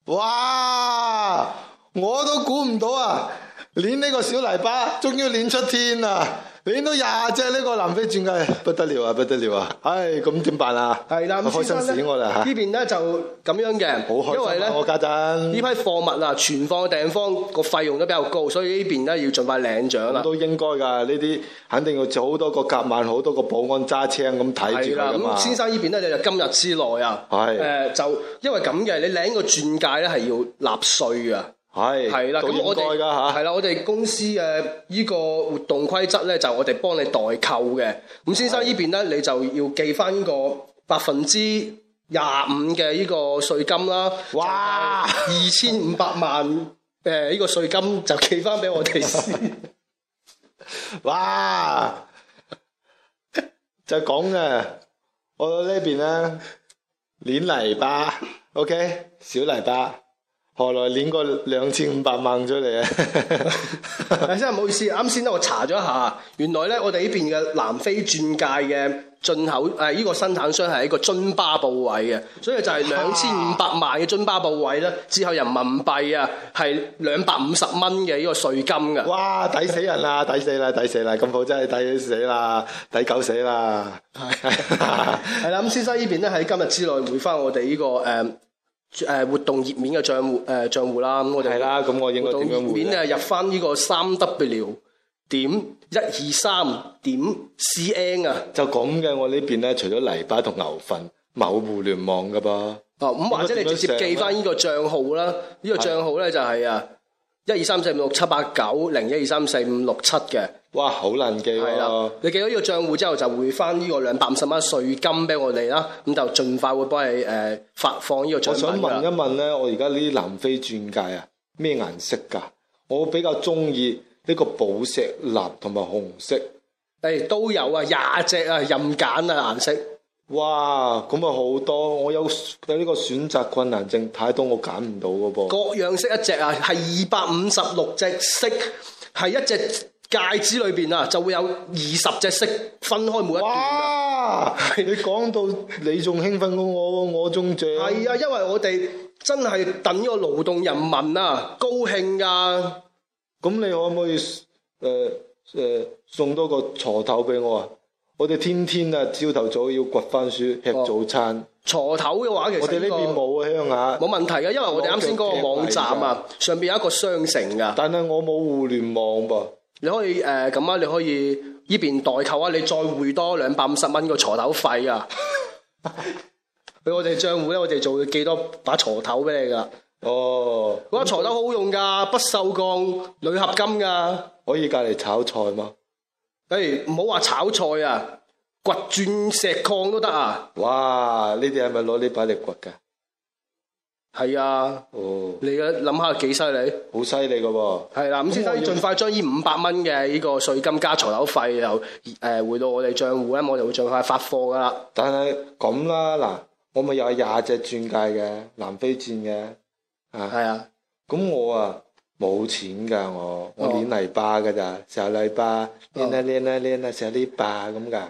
[SPEAKER 2] 哇！我都估唔到啊！捻呢個小泥巴，終於捻出天啊！你影到廿隻呢個南非鑽戒，不得了啊，不得了啊！唉，咁點辦啊？
[SPEAKER 1] 係啦，咁
[SPEAKER 2] 開
[SPEAKER 1] 先
[SPEAKER 2] 心
[SPEAKER 1] 生
[SPEAKER 2] 死
[SPEAKER 1] 咧
[SPEAKER 2] 我啦
[SPEAKER 1] 呢邊咧就咁樣
[SPEAKER 2] 好
[SPEAKER 1] 嘅，因
[SPEAKER 2] 開
[SPEAKER 1] 為
[SPEAKER 2] 心
[SPEAKER 1] 咧
[SPEAKER 2] 啊！
[SPEAKER 1] 呢
[SPEAKER 2] 我家陣
[SPEAKER 1] 批貨物啊，存放嘅地方個費用都比較高，所以呢邊咧要盡快領獎啦。
[SPEAKER 2] 都應該㗎，呢啲肯定要好多個夾萬，好多個保安揸車咁睇
[SPEAKER 1] 係
[SPEAKER 2] 住
[SPEAKER 1] 啦，
[SPEAKER 2] 佢㗎嘛
[SPEAKER 1] 咁。先生呢邊咧就今日之內啊，
[SPEAKER 2] 係
[SPEAKER 1] 誒、就因為咁嘅，你領個鑽戒咧係要納稅㗎。
[SPEAKER 2] 係
[SPEAKER 1] 係啦，
[SPEAKER 2] 都
[SPEAKER 1] 咁我
[SPEAKER 2] 應該
[SPEAKER 1] 哋
[SPEAKER 2] 㗎嚇
[SPEAKER 1] 係。啦，我哋公司嘅呢個活動規則咧，就我哋幫你代購嘅。咁先生呢邊咧，你就要寄翻呢個百分之廿五嘅呢個税金啦。
[SPEAKER 2] 哇！
[SPEAKER 1] 二千五百萬誒呢個税金就寄翻俾我哋先。
[SPEAKER 2] 哇！就講嘅，我呢邊咧捻泥巴，OK，小泥巴，何來捻個兩千五百萬出 嚟啊？
[SPEAKER 1] 真係唔好意思，啱先咧我查咗一下，原來咧我哋呢邊嘅南非鑽戒嘅進口誒呢、個生產商係一個津巴布韋嘅，所以就係兩千五百萬嘅津巴布韋咧，之後人民幣啊係兩百五十蚊嘅呢個税金㗎。
[SPEAKER 2] 哇！抵死人啦，抵死啦，抵死啦！咁好真係抵死啦，抵狗死啦！
[SPEAKER 1] 係啦，咁先生呢邊咧喺今日之內回翻我哋呢、個誒。誒活動頁面嘅帳戶誒帳戶啦，咁我哋
[SPEAKER 2] 係啦，咁我應該啊
[SPEAKER 1] 活動
[SPEAKER 2] 點樣
[SPEAKER 1] 頁
[SPEAKER 2] 換
[SPEAKER 1] 面啊
[SPEAKER 2] 呢？
[SPEAKER 1] 咧入翻呢個三 W 點一二三點 CN 啊，
[SPEAKER 2] 就咁嘅，我呢邊咧除咗泥巴同牛糞，冇互聯網噶噃。
[SPEAKER 1] 哦，咁
[SPEAKER 2] 啊
[SPEAKER 1] 或者你直接記翻呢個帳號啦，呢、個帳號咧就係啊一二三四五六七八九零一二三四五六七嘅，
[SPEAKER 2] 哇，好難記
[SPEAKER 1] 係啦、
[SPEAKER 2] 喎！
[SPEAKER 1] 你記咗呢個帳戶之後就匯翻呢個兩百五十蚊税金俾我哋啦，咁就盡快會幫你誒、呃發放呢個
[SPEAKER 2] 我
[SPEAKER 1] 獎
[SPEAKER 2] 想
[SPEAKER 1] 品
[SPEAKER 2] 問一
[SPEAKER 1] 㗎。
[SPEAKER 2] 問咧，我而家呢啲南非鑽戒啊，咩顏色㗎？我比較中意呢個寶石藍同埋紅色。
[SPEAKER 1] 誒、都有啊，廿隻啊，任揀啊顏色。
[SPEAKER 2] 哇，咁啊好多，我有有呢個選擇困難症，太多我揀唔到㗎噃。
[SPEAKER 1] 各樣色一隻啊，係二百五十六隻色，係一隻戒指裏邊啊，就會有二十隻色分開每一段啊。
[SPEAKER 2] 哇！ 你講到你仲興奮過我喎，我中獎。
[SPEAKER 1] 係啊，因為我哋真係等呢個勞動人民啊，高興啊噶。
[SPEAKER 2] 咁你可唔可以誒誒、送多個鋤頭俾我啊？我哋天天啊，朝頭早要掘番薯吃早餐。
[SPEAKER 1] 鋤頭嘅話，其實
[SPEAKER 2] 我哦哋呢
[SPEAKER 1] 個
[SPEAKER 2] 邊冇啊，鄉下。
[SPEAKER 1] 冇問題嘅，因為我哋啱先嗰個網站啊，上邊有一個商城噶，
[SPEAKER 2] 但係我冇互聯網噃，
[SPEAKER 1] 你可以誒咁啊，你可以呢邊代購啊，你再匯多兩百五十蚊個鋤頭費 啊。俾我哋賬户咧，我哋就會寄多把鋤頭俾你噶啦。
[SPEAKER 2] 哦，
[SPEAKER 1] 嗰把鋤頭好用㗎，不鏽鋼、鋁合金㗎。
[SPEAKER 2] 可以隔離炒菜嘛？
[SPEAKER 1] 誒，唔好話炒菜啊，掘鑽石礦都得啊。
[SPEAKER 2] 哇！呢啲係咪攞呢把嚟掘㗎？
[SPEAKER 1] 係啊，
[SPEAKER 2] 哦，
[SPEAKER 1] 你嘅諗下幾犀利？
[SPEAKER 2] 好犀利㗎喎！
[SPEAKER 1] 係啦，咁先
[SPEAKER 2] 我
[SPEAKER 1] 生
[SPEAKER 2] 要
[SPEAKER 1] 盡快將呢五百蚊嘅呢個税金加鋤頭費又誒回到我哋賬户咧，我哋會盡快發貨㗎啦。
[SPEAKER 2] 但係咁啦，嗱，我咪有廿隻鑽戒嘅，南非鑽嘅，啊，
[SPEAKER 1] 係啊，
[SPEAKER 2] 咁我啊冇錢㗎，我我
[SPEAKER 1] 哦
[SPEAKER 2] 攣泥巴㗎咋，成日泥巴攣啊攣啊攣啊，成日呢巴咁㗎。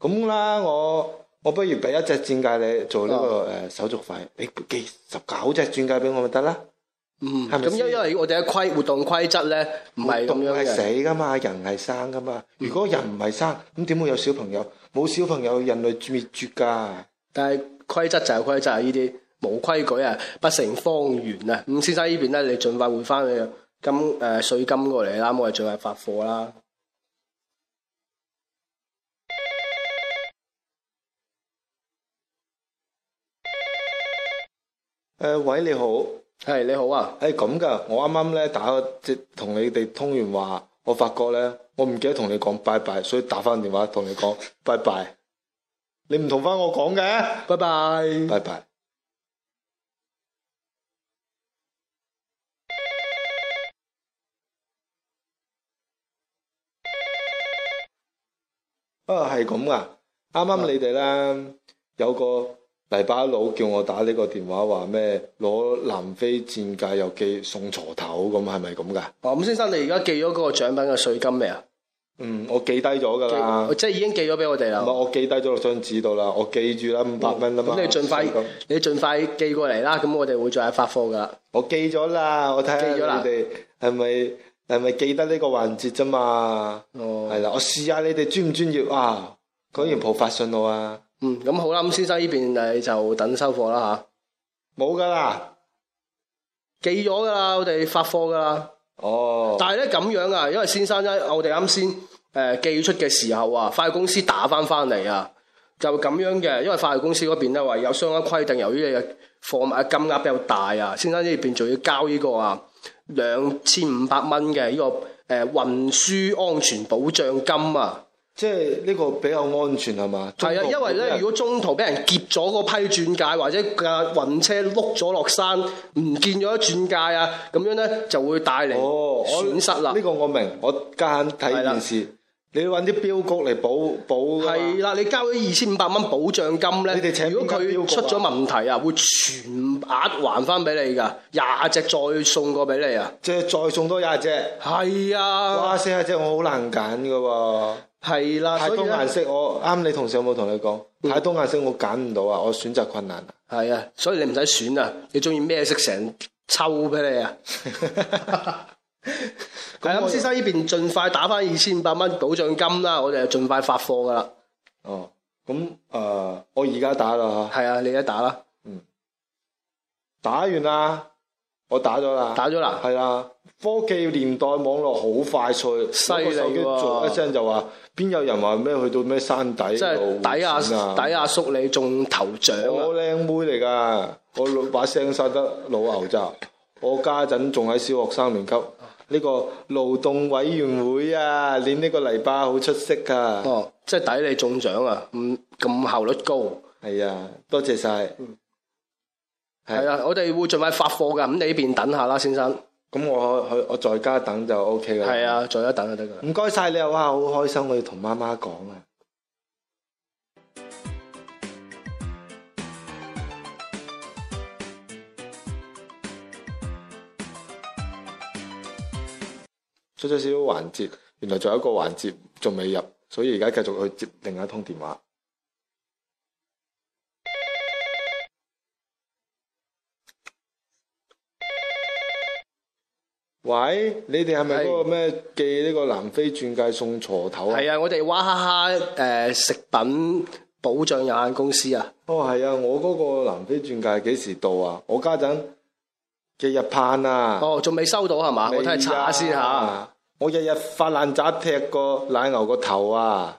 [SPEAKER 2] 咁啦，我我不如俾一隻鑽戒你做呢、個誒、呃手續費，你寄十九隻鑽戒俾我咪得啦。
[SPEAKER 1] 嗯，
[SPEAKER 2] 係咪
[SPEAKER 1] 咁因
[SPEAKER 2] 先
[SPEAKER 1] 因為我哋嘅規活動規則咧，唔係咁
[SPEAKER 2] 動物
[SPEAKER 1] 樣
[SPEAKER 2] 係
[SPEAKER 1] 嘅。
[SPEAKER 2] 死噶嘛，人係生噶嘛。如果人唔係生，咁點會有小朋友？冇小朋友，人類滅絕㗎。
[SPEAKER 1] 但係規則就係規則，呢啲無規矩啊，不成方圓啊。咁先生呢邊咧，你盡快換翻你金誒税金過嚟啦，咁我哋盡快發貨啦。
[SPEAKER 2] 誒、喂，你好，誒
[SPEAKER 1] 係你好啊，
[SPEAKER 2] 咁㗎，我啱啱咧打即同你哋通完話，我發覺咧，我唔記得同你講拜拜，所以打翻電話同你講拜拜。你唔同翻我講嘅，
[SPEAKER 1] 拜拜。
[SPEAKER 2] 拜拜。啊，係咁噶，啱
[SPEAKER 1] 啊
[SPEAKER 2] 啱你哋咧有個泥巴佬叫我打呢個電話，話咩攞南非戰戒又寄送鋤頭咁，係咪咁噶？
[SPEAKER 1] 哦，咁先生你而家寄咗嗰個獎品嘅税金未啊？
[SPEAKER 2] 嗯，我記低咗噶啦
[SPEAKER 1] 寄，即係已經寄咗俾我哋啦
[SPEAKER 2] 唔係。我記低咗落張紙度啦，我記住啦，五百蚊啦啊嘛。
[SPEAKER 1] 哦咁你盡快
[SPEAKER 2] 咁，
[SPEAKER 1] 你盡快寄過嚟啦，咁我哋會盡快發貨噶啦。
[SPEAKER 2] 我記咗啦，我睇下
[SPEAKER 1] 記咗啦
[SPEAKER 2] 你哋係咪你係咪記得呢個環節啫嘛？
[SPEAKER 1] 哦
[SPEAKER 2] 係啦，我試下你哋專唔專業啊？講完蒲發信我啊，
[SPEAKER 1] 嗯，咁好啦，咁先生呢邊你就等收貨啦
[SPEAKER 2] 冇噶啦。
[SPEAKER 1] 吓，寄咗噶啦，我哋發貨噶啦。
[SPEAKER 2] 哦，
[SPEAKER 1] 但係咧咁樣啊，因為先生咧，我哋啱先誒寄出嘅時候啊，快遞公司打翻翻嚟啊，就咁樣嘅，因為快遞公司嗰邊咧話有相關規定，由於你嘅貨物呃嘅金額比較大啊，先生呢邊仲要交呢個啊兩千五百蚊嘅呢個誒、呃、運輸安全保障金啊，
[SPEAKER 2] 即係呢個比較安全係嘛？
[SPEAKER 1] 係啊，因為咧如果中途俾人劫咗嗰批鑽戒，或者架運車碌咗落山唔見咗鑽戒啊，咁樣咧就會帶嚟
[SPEAKER 2] 哦，我
[SPEAKER 1] 損失啦。
[SPEAKER 2] 呢個我明，我家下睇
[SPEAKER 1] 係啦
[SPEAKER 2] 電視，你要揾啲標局嚟補補㗎嘛
[SPEAKER 1] 係啦，你交咗二千五百蚊保障金咧，
[SPEAKER 2] 啊你哋請
[SPEAKER 1] 如果
[SPEAKER 2] 邊間
[SPEAKER 1] 佢
[SPEAKER 2] 標局
[SPEAKER 1] 出
[SPEAKER 2] 啊
[SPEAKER 1] 咗問題啊，會全額還翻俾你噶，廿隻再送過俾你啊。
[SPEAKER 2] 即係再送多廿隻。
[SPEAKER 1] 係啊，
[SPEAKER 2] 哇！四廿隻我好難揀㗎喎，
[SPEAKER 1] 係啦，
[SPEAKER 2] 太
[SPEAKER 1] 所以嗯
[SPEAKER 2] 多
[SPEAKER 1] 咧
[SPEAKER 2] 顏，色我啱你同事有冇同你講？太多顏色我揀唔到啊，我選擇困難啊。
[SPEAKER 1] 係啊，所以你唔使選啊，你中意咩色成抽俾你啊。 係啊，咁先生呢邊盡快打翻二千五百蚊保障金啦，我哋就盡快發貨噶啦。
[SPEAKER 2] 哦，咁誒、呃我而家打啦嚇，
[SPEAKER 1] 係啊，你而家打啦，
[SPEAKER 2] 打完啦，我打咗啦，
[SPEAKER 1] 打咗啦。
[SPEAKER 2] 係啦。科技年代網絡好快脆，
[SPEAKER 1] 犀利
[SPEAKER 2] 攞個手機
[SPEAKER 1] 喎
[SPEAKER 2] 做一聲就話，邊有人話咩去到咩山底
[SPEAKER 1] 即係抵阿抵
[SPEAKER 2] 啊！
[SPEAKER 1] 阿叔你中頭獎
[SPEAKER 2] 我
[SPEAKER 1] 啊！
[SPEAKER 2] 靚妹嚟㗎，我老把聲生得老牛雜，我家陣仲喺小學三年級。呢個勞動委員會啊，你呢個泥巴好出色啊㗎。
[SPEAKER 1] 哦，即係抵你中獎啊！咁咁效率高，
[SPEAKER 2] 係啊，多謝晒。
[SPEAKER 1] 嗯
[SPEAKER 2] 係
[SPEAKER 1] 係啊，我哋會盡快發貨噶。咁你呢邊等下啦，先生。
[SPEAKER 2] 咁我去我在家等就 O K 㗎啦。
[SPEAKER 1] 係啊，再一等就得噶啦。
[SPEAKER 2] 唔該晒你啊！哇，好開心，我要同媽媽講啊。出咗少少環節，原來仲有一個環節仲未入，所以而家繼續去接另一通電話。喂，你哋係咪嗰個咩寄呢個南非鑽戒送鋤頭啊？
[SPEAKER 1] 係啊，我哋娃哈哈誒、呃食品保障有限公司啊，
[SPEAKER 2] 哦，係啊，我嗰個南非鑽戒幾時到啊？我家陣日日盼啊！
[SPEAKER 1] 哦，仲未收到係嘛？我睇下查下先嚇。！
[SPEAKER 2] 我日日發爛渣踢個奶牛個頭啊！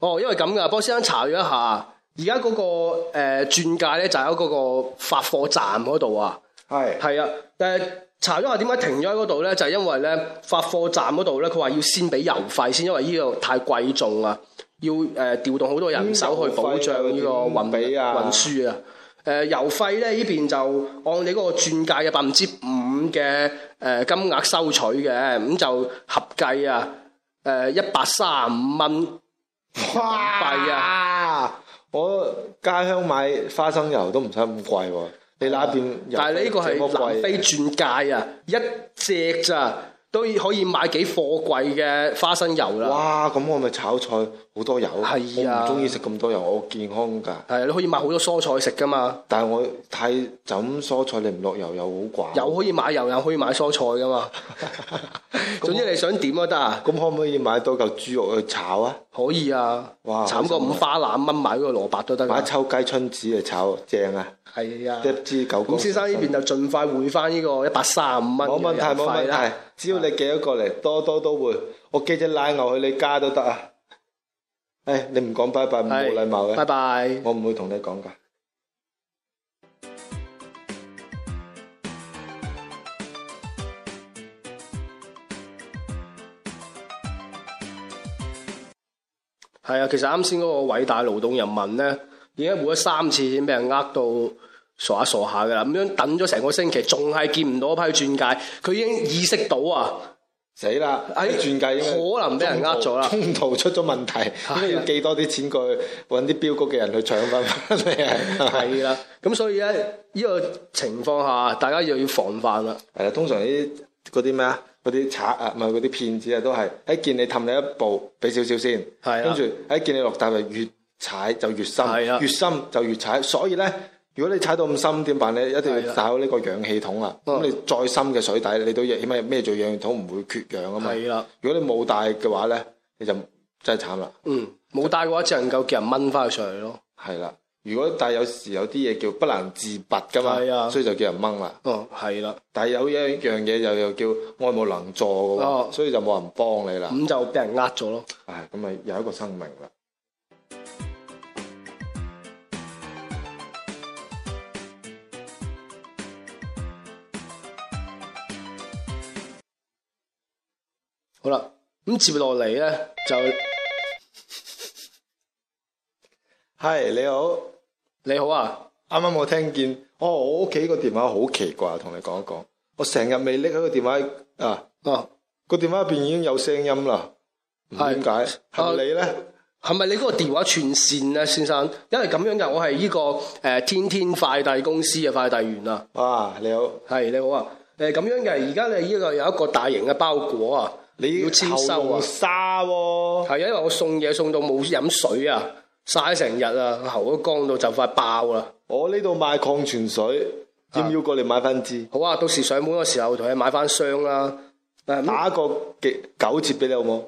[SPEAKER 1] 哦，因為咁噶，波先生查咗一下，而家嗰個誒、呃、鑽戒咧就喺嗰個發貨站嗰度啊。
[SPEAKER 2] 係
[SPEAKER 1] 係啊，誒查咗下點解停咗喺嗰度咧，就係、因為咧發貨站嗰度咧，佢話要先俾郵費先，因為呢個太貴重啊，要誒、呃、調動好多人手去保障呢個運
[SPEAKER 2] 咁郵費又點俾啊
[SPEAKER 1] 運輸啊。誒、郵費咧呢邊就按你嗰個鑽戒嘅百分之五嘅誒金額收取嘅，咁就合計啊誒一百三十五蚊。幣
[SPEAKER 2] 啊！我家鄉買花生油都唔使咁貴喎，你那邊油
[SPEAKER 1] 但係呢個係
[SPEAKER 2] 這麼貴啊
[SPEAKER 1] 南非鑽戒啊，一隻咋都可以買幾貨櫃嘅花生油啦。
[SPEAKER 2] 哇！咁我咪炒菜好多油，
[SPEAKER 1] 係啊
[SPEAKER 2] 我唔中意食咁多油，我健康㗎。
[SPEAKER 1] 係啊，你可以買好多蔬菜食噶 嘛，
[SPEAKER 2] 但係我太就咁蔬菜，你唔落油又好 寡。
[SPEAKER 1] 又可以買油，又可以買蔬菜噶 嘛。總之你想點都得啊，
[SPEAKER 2] 咁可唔可以買多嚿豬肉去炒啊？
[SPEAKER 1] 可以啊。
[SPEAKER 2] 哇
[SPEAKER 1] 慘過
[SPEAKER 2] 開心啊
[SPEAKER 1] 五花腩蚊買嗰個蘿蔔都得
[SPEAKER 2] 買
[SPEAKER 1] 㗎。
[SPEAKER 2] 抽雞春子嚟炒，正啊！
[SPEAKER 1] 係啊。
[SPEAKER 2] 一支九公
[SPEAKER 1] 咁
[SPEAKER 2] 分。
[SPEAKER 1] 先生呢邊就盡快匯翻呢個一百三十五蚊
[SPEAKER 2] 冇
[SPEAKER 1] 嘅
[SPEAKER 2] 問題
[SPEAKER 1] 郵
[SPEAKER 2] 冇
[SPEAKER 1] 費
[SPEAKER 2] 問
[SPEAKER 1] 啦啊
[SPEAKER 2] 題。，只要你寄咗過嚟，多多都會。我寄只奶牛去你家都得啊！誒，你唔講拜拜，冇禮貌
[SPEAKER 1] 拜
[SPEAKER 2] 嘅，
[SPEAKER 1] 拜。
[SPEAKER 2] 我唔會同你講噶。
[SPEAKER 1] 係啊，其實啱先嗰個偉大勞動人民咧，已經換咗三次錢俾人呃到傻下傻下噶啦，咁樣等咗成個星期，仲係見唔到嗰批鑽戒，佢已經意識到啊，
[SPEAKER 2] 死啦！
[SPEAKER 1] 哎
[SPEAKER 2] 啲鑽戒應該
[SPEAKER 1] 可能俾人呃咗啦啊
[SPEAKER 2] 中途出咗問題，應該要寄多啲錢過去，揾啲標局嘅人去搶翻翻嚟啊！
[SPEAKER 1] 係啦，咁所以咧呢、個情況下，大家又要防範啦。
[SPEAKER 2] 係啦，通常啲嗰啲咩啊，嗰啲賊啊，唔係嗰啲騙子啊，都係一見你氹你一步，俾少少先，
[SPEAKER 1] 係啊
[SPEAKER 2] 哎跟住一見你落搭就越踩就越深
[SPEAKER 1] 係啊，
[SPEAKER 2] 越深就越踩，所以咧如果你踩到咁深點辦咧？一定
[SPEAKER 1] 係啊
[SPEAKER 2] 要
[SPEAKER 1] 啦
[SPEAKER 2] 打好呢個氧氣筒啦。咁
[SPEAKER 1] 嗯
[SPEAKER 2] 你再深嘅水底，你都起碼孭住氧氣筒唔會缺氧啊嘛。
[SPEAKER 1] 係啦，
[SPEAKER 2] 如果你冇帶嘅話咧，你就真係慘啦。
[SPEAKER 1] 嗯，冇帶嘅話，只能夠叫人掹翻佢上嚟咯。
[SPEAKER 2] 係啦，如果但係有時有啲嘢叫不能自拔噶
[SPEAKER 1] 係
[SPEAKER 2] 嘛，
[SPEAKER 1] 啊
[SPEAKER 2] 所以就叫人掹啦。
[SPEAKER 1] 哦，係啦，
[SPEAKER 2] 但係有一樣嘢又又叫愛莫能助嘅
[SPEAKER 1] 哦
[SPEAKER 2] 喎，所以就冇人幫你啦。
[SPEAKER 1] 咁就俾人呃咗咯。
[SPEAKER 2] 唉，咁咪有一個生命啦。
[SPEAKER 1] 好啦，咁接落嚟咧就
[SPEAKER 2] 係你好。
[SPEAKER 1] 你好啊，
[SPEAKER 2] 啱啱我聽見，哦，我屋企個電話好奇怪，同你講一講，我成日未拎喺個電話啊，
[SPEAKER 1] 哦，
[SPEAKER 2] 個電話入邊已經有聲音啦，唔知點解
[SPEAKER 1] 係
[SPEAKER 2] 係咪你咧？
[SPEAKER 1] 係咪你嗰個電話串線咧，先生？因為咁樣㗎，我係呢、個誒、呃天天快遞公司嘅快遞員啊。
[SPEAKER 2] 哇，你好，
[SPEAKER 1] 係你好啊，誒咁樣嘅，而家你呢個有一個大型嘅包裹啊，
[SPEAKER 2] 你
[SPEAKER 1] 要簽收
[SPEAKER 2] 喉
[SPEAKER 1] 啊
[SPEAKER 2] 嚨，沙喎、
[SPEAKER 1] 係因為我送嘢送到冇飲水啊，曬成日啊，喉都乾到就快爆啦。
[SPEAKER 2] 我呢度賣礦泉水，
[SPEAKER 1] 啊
[SPEAKER 2] 要唔要過嚟買翻支？
[SPEAKER 1] 好啊，到時上門嘅時候同你買翻箱啦。誒咁
[SPEAKER 2] 打個幾九折俾你好冇？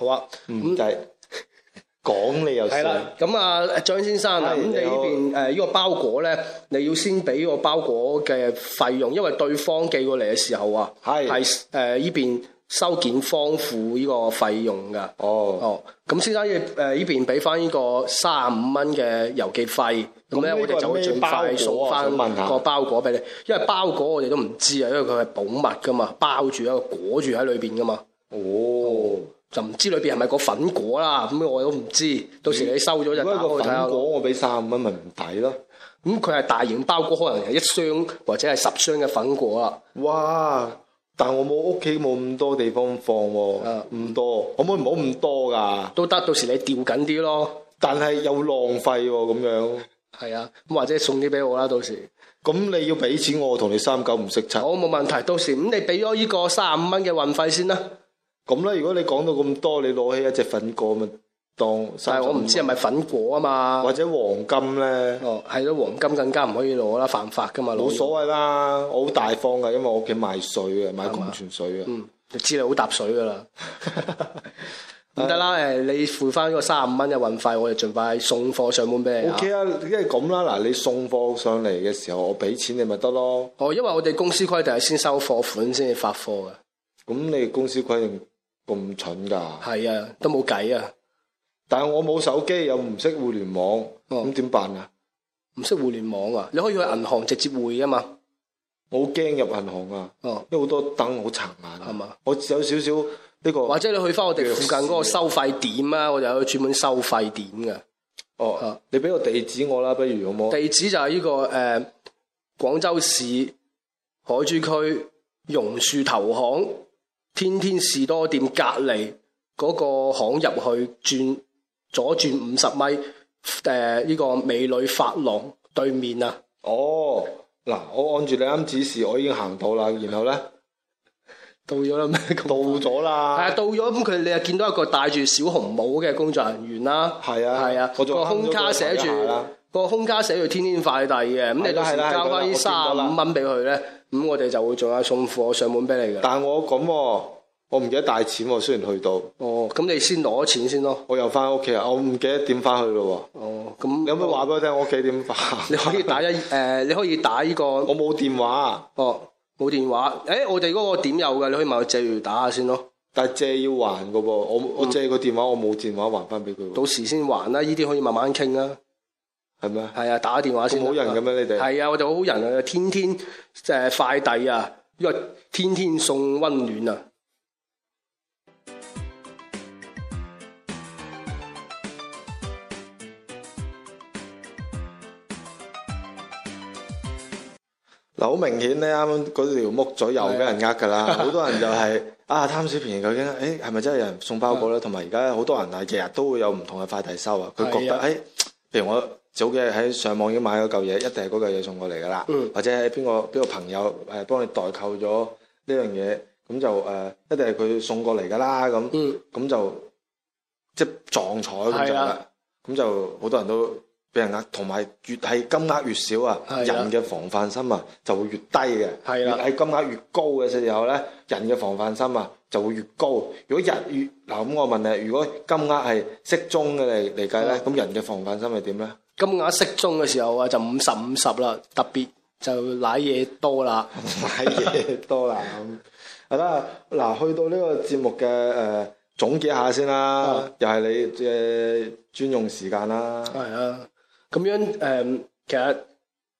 [SPEAKER 1] 好啊，
[SPEAKER 2] 唔制， 講你又
[SPEAKER 1] 係啦
[SPEAKER 2] 信，，
[SPEAKER 1] 咁啊張先生啊，
[SPEAKER 2] 係
[SPEAKER 1] 咁你呢邊誒呢個包裹咧，你要先俾個包裹嘅費用，因為對方寄過嚟嘅時候啊，
[SPEAKER 2] 係
[SPEAKER 1] 係誒呢邊收件方付呢個費用㗎。
[SPEAKER 2] 哦，
[SPEAKER 1] 哦，咁先生要誒呢邊俾翻呢個三十五蚊嘅郵寄費，咁咧
[SPEAKER 2] 咁呢
[SPEAKER 1] 我
[SPEAKER 2] 個
[SPEAKER 1] 哋就會
[SPEAKER 2] 係咩
[SPEAKER 1] 盡
[SPEAKER 2] 包裹
[SPEAKER 1] 快
[SPEAKER 2] 啊
[SPEAKER 1] 送翻
[SPEAKER 2] 想問下
[SPEAKER 1] 個包裹俾你，因為包裹我哋都唔知啊，因為佢係保密噶嘛，包住一個裹住喺裏邊噶嘛，
[SPEAKER 2] 哦，
[SPEAKER 1] 就唔知裏邊係咪個粉果啦，咁我都唔知，到時你收咗就
[SPEAKER 2] 如
[SPEAKER 1] 打
[SPEAKER 2] 果一個
[SPEAKER 1] 開睇下
[SPEAKER 2] 粉果
[SPEAKER 1] 咯。
[SPEAKER 2] 我俾三十五蚊咪唔抵咯。
[SPEAKER 1] 咁佢係大型包裹，可能係一箱或者係十箱嘅粉果啦。
[SPEAKER 2] 哇！但我冇屋企冇咁多地方放喎、
[SPEAKER 1] 啊
[SPEAKER 2] 唔多，可唔可以唔好咁多噶？
[SPEAKER 1] 都得，到時你吊緊啲咯，
[SPEAKER 2] 但係又浪費喎、咁樣。
[SPEAKER 1] 係啊，咁或者送啲俾我啦，到時。
[SPEAKER 2] 咁你要俾錢我，同你三九唔識七。
[SPEAKER 1] 好冇問題，到時咁你俾咗呢個三十五蚊嘅運費先啦。
[SPEAKER 2] 咁咧，如果你講到咁多，你攞起一隻粉果咪當
[SPEAKER 1] 但
[SPEAKER 2] 三
[SPEAKER 1] 係我唔知係咪粉果啊嘛。
[SPEAKER 2] 或者黃金咧，
[SPEAKER 1] 哦，係咯，黃金更加唔可以攞啦，犯法噶嘛。攞
[SPEAKER 2] 冇所謂啦。我好大方噶，因為我屋企賣水啊，賣
[SPEAKER 1] 係嘛
[SPEAKER 2] 礦泉水啊。
[SPEAKER 1] 嗯，就知你好搭水噶 啦。唔得啦，誒，你付翻個三十五蚊嘅運費，我哋盡快送貨上門俾你
[SPEAKER 2] O
[SPEAKER 1] 啊。
[SPEAKER 2] K 啊，因為咁啦，嗱，你送貨上嚟嘅時候，我俾錢你咪得咯。
[SPEAKER 1] 哦，因為我哋公司規定係先收貨款先至發貨嘅。
[SPEAKER 2] 咁你公司規定咁蠢㗎？
[SPEAKER 1] 係啊，都冇計啊，
[SPEAKER 2] 但係我冇手機，又唔識互聯網，
[SPEAKER 1] 哦
[SPEAKER 2] 咁點辦啊？
[SPEAKER 1] 唔識互聯網啊，你可以去銀行直接匯啊嘛。
[SPEAKER 2] 我好驚入銀行啊，
[SPEAKER 1] 哦，
[SPEAKER 2] 因為好多燈好殘眼
[SPEAKER 1] 係
[SPEAKER 2] 啊
[SPEAKER 1] 嘛。
[SPEAKER 2] 我有少少呢個
[SPEAKER 1] 或者你去翻我哋附近嗰個收費點啊，我哋有專門收費點嘅。
[SPEAKER 2] 哦
[SPEAKER 1] 啊，
[SPEAKER 2] 你俾個地址我啦，不如好冇？
[SPEAKER 1] 地址就係呢、個誒、呃、廣州市海珠區榕樹頭巷天天士多店隔離嗰個巷入去轉左轉五十米呃誒呢、個美女髮廊對面啊！
[SPEAKER 2] 哦，嗱，我按住你啱指示，我已經行到啦，然後咧
[SPEAKER 1] 到咗啦咩？
[SPEAKER 2] 到
[SPEAKER 1] 到
[SPEAKER 2] 咗
[SPEAKER 1] 係啊，
[SPEAKER 2] 啦，
[SPEAKER 1] 到咗咁佢你又見到一個戴住小紅帽嘅工作人員啦，
[SPEAKER 2] 係啊
[SPEAKER 1] 係啊，
[SPEAKER 2] 我仲
[SPEAKER 1] 個
[SPEAKER 2] 啱咗
[SPEAKER 1] 胸卡
[SPEAKER 2] 佢
[SPEAKER 1] 寫
[SPEAKER 2] 睇
[SPEAKER 1] 住
[SPEAKER 2] 下啦
[SPEAKER 1] 個胸卡寫住天天快遞嘅，咁
[SPEAKER 2] 係
[SPEAKER 1] 你
[SPEAKER 2] 啦
[SPEAKER 1] 到時
[SPEAKER 2] 係啦係啦
[SPEAKER 1] 交翻呢三十
[SPEAKER 2] 我見到啦
[SPEAKER 1] 五蚊俾佢咧，咁我哋就會仲有送貨上門俾你噶。
[SPEAKER 2] 但我咁喎，我唔記得帶錢喎，雖然去到，
[SPEAKER 1] 哦，咁你先攞錢先咯。
[SPEAKER 2] 我又翻屋企啊，我唔記得點翻去咯
[SPEAKER 1] 哦，
[SPEAKER 2] 喎。
[SPEAKER 1] 咁
[SPEAKER 2] 你可唔可以話？俾我聽，我屋企點翻？
[SPEAKER 1] 你可以打一誒，你可以打呢個
[SPEAKER 2] 我冇電話，
[SPEAKER 1] 哦冇電話，誒我哋嗰個點有嘅，你可以問佢借住打下先咯，
[SPEAKER 2] 但係借要還噶喎，我我借個電話，我冇電話還翻俾佢喎，
[SPEAKER 1] 到時先還啦，呢啲可以慢慢傾啦。
[SPEAKER 2] 係咩？
[SPEAKER 1] 係啊，打電話先
[SPEAKER 2] 咁
[SPEAKER 1] 得。
[SPEAKER 2] 好人嘅咩你哋
[SPEAKER 1] 係啊，我哋好好人啊，天天誒快遞啊，因為天天送温暖啊。
[SPEAKER 2] 嗱，好明顯咧，啱啱嗰條木嘴又俾人呃 㗎啦，好多人就係、啊貪小便宜究竟，誒係咪真係有人送包裹咧？同埋而家好多人啊，日日都會有唔同嘅快遞收啊，佢覺得
[SPEAKER 1] 係啊
[SPEAKER 2] 誒，哎譬如我早幾日喺上網已經買咗嚿嘢，一定係嗰嚿嘢送過嚟㗎啦，
[SPEAKER 1] 嗯
[SPEAKER 2] 或者係邊個邊個朋友誒幫你代購咗呢樣嘢，咁就誒、一定係佢送過嚟㗎啦，咁咁、
[SPEAKER 1] 嗯
[SPEAKER 2] 就即係撞彩咁就
[SPEAKER 1] 係
[SPEAKER 2] 啦
[SPEAKER 1] 啊，
[SPEAKER 2] 咁就好多人都俾人呃，同埋越係金額越少啊，
[SPEAKER 1] 係啊
[SPEAKER 2] 人嘅防範心啊就會越低嘅。
[SPEAKER 1] 係
[SPEAKER 2] 越
[SPEAKER 1] 啦
[SPEAKER 2] 係金額越高嘅時候咧，人嘅防範心啊就會越高。如果日越嗱咁，我問你，如果金額係適中嘅嚟嚟計咧，咁人嘅防範心係點咧？
[SPEAKER 1] 金額適中嘅時候啊，就五十五十啦，特別就舐嘢多啦。
[SPEAKER 2] 買嘢多啦咁。係啦，嗱，去到呢個節目嘅誒、呃、總結下先啦
[SPEAKER 1] 嗯，
[SPEAKER 2] 又係你嘅專用時間 啦。
[SPEAKER 1] 係啊，咁樣誒、嗯其實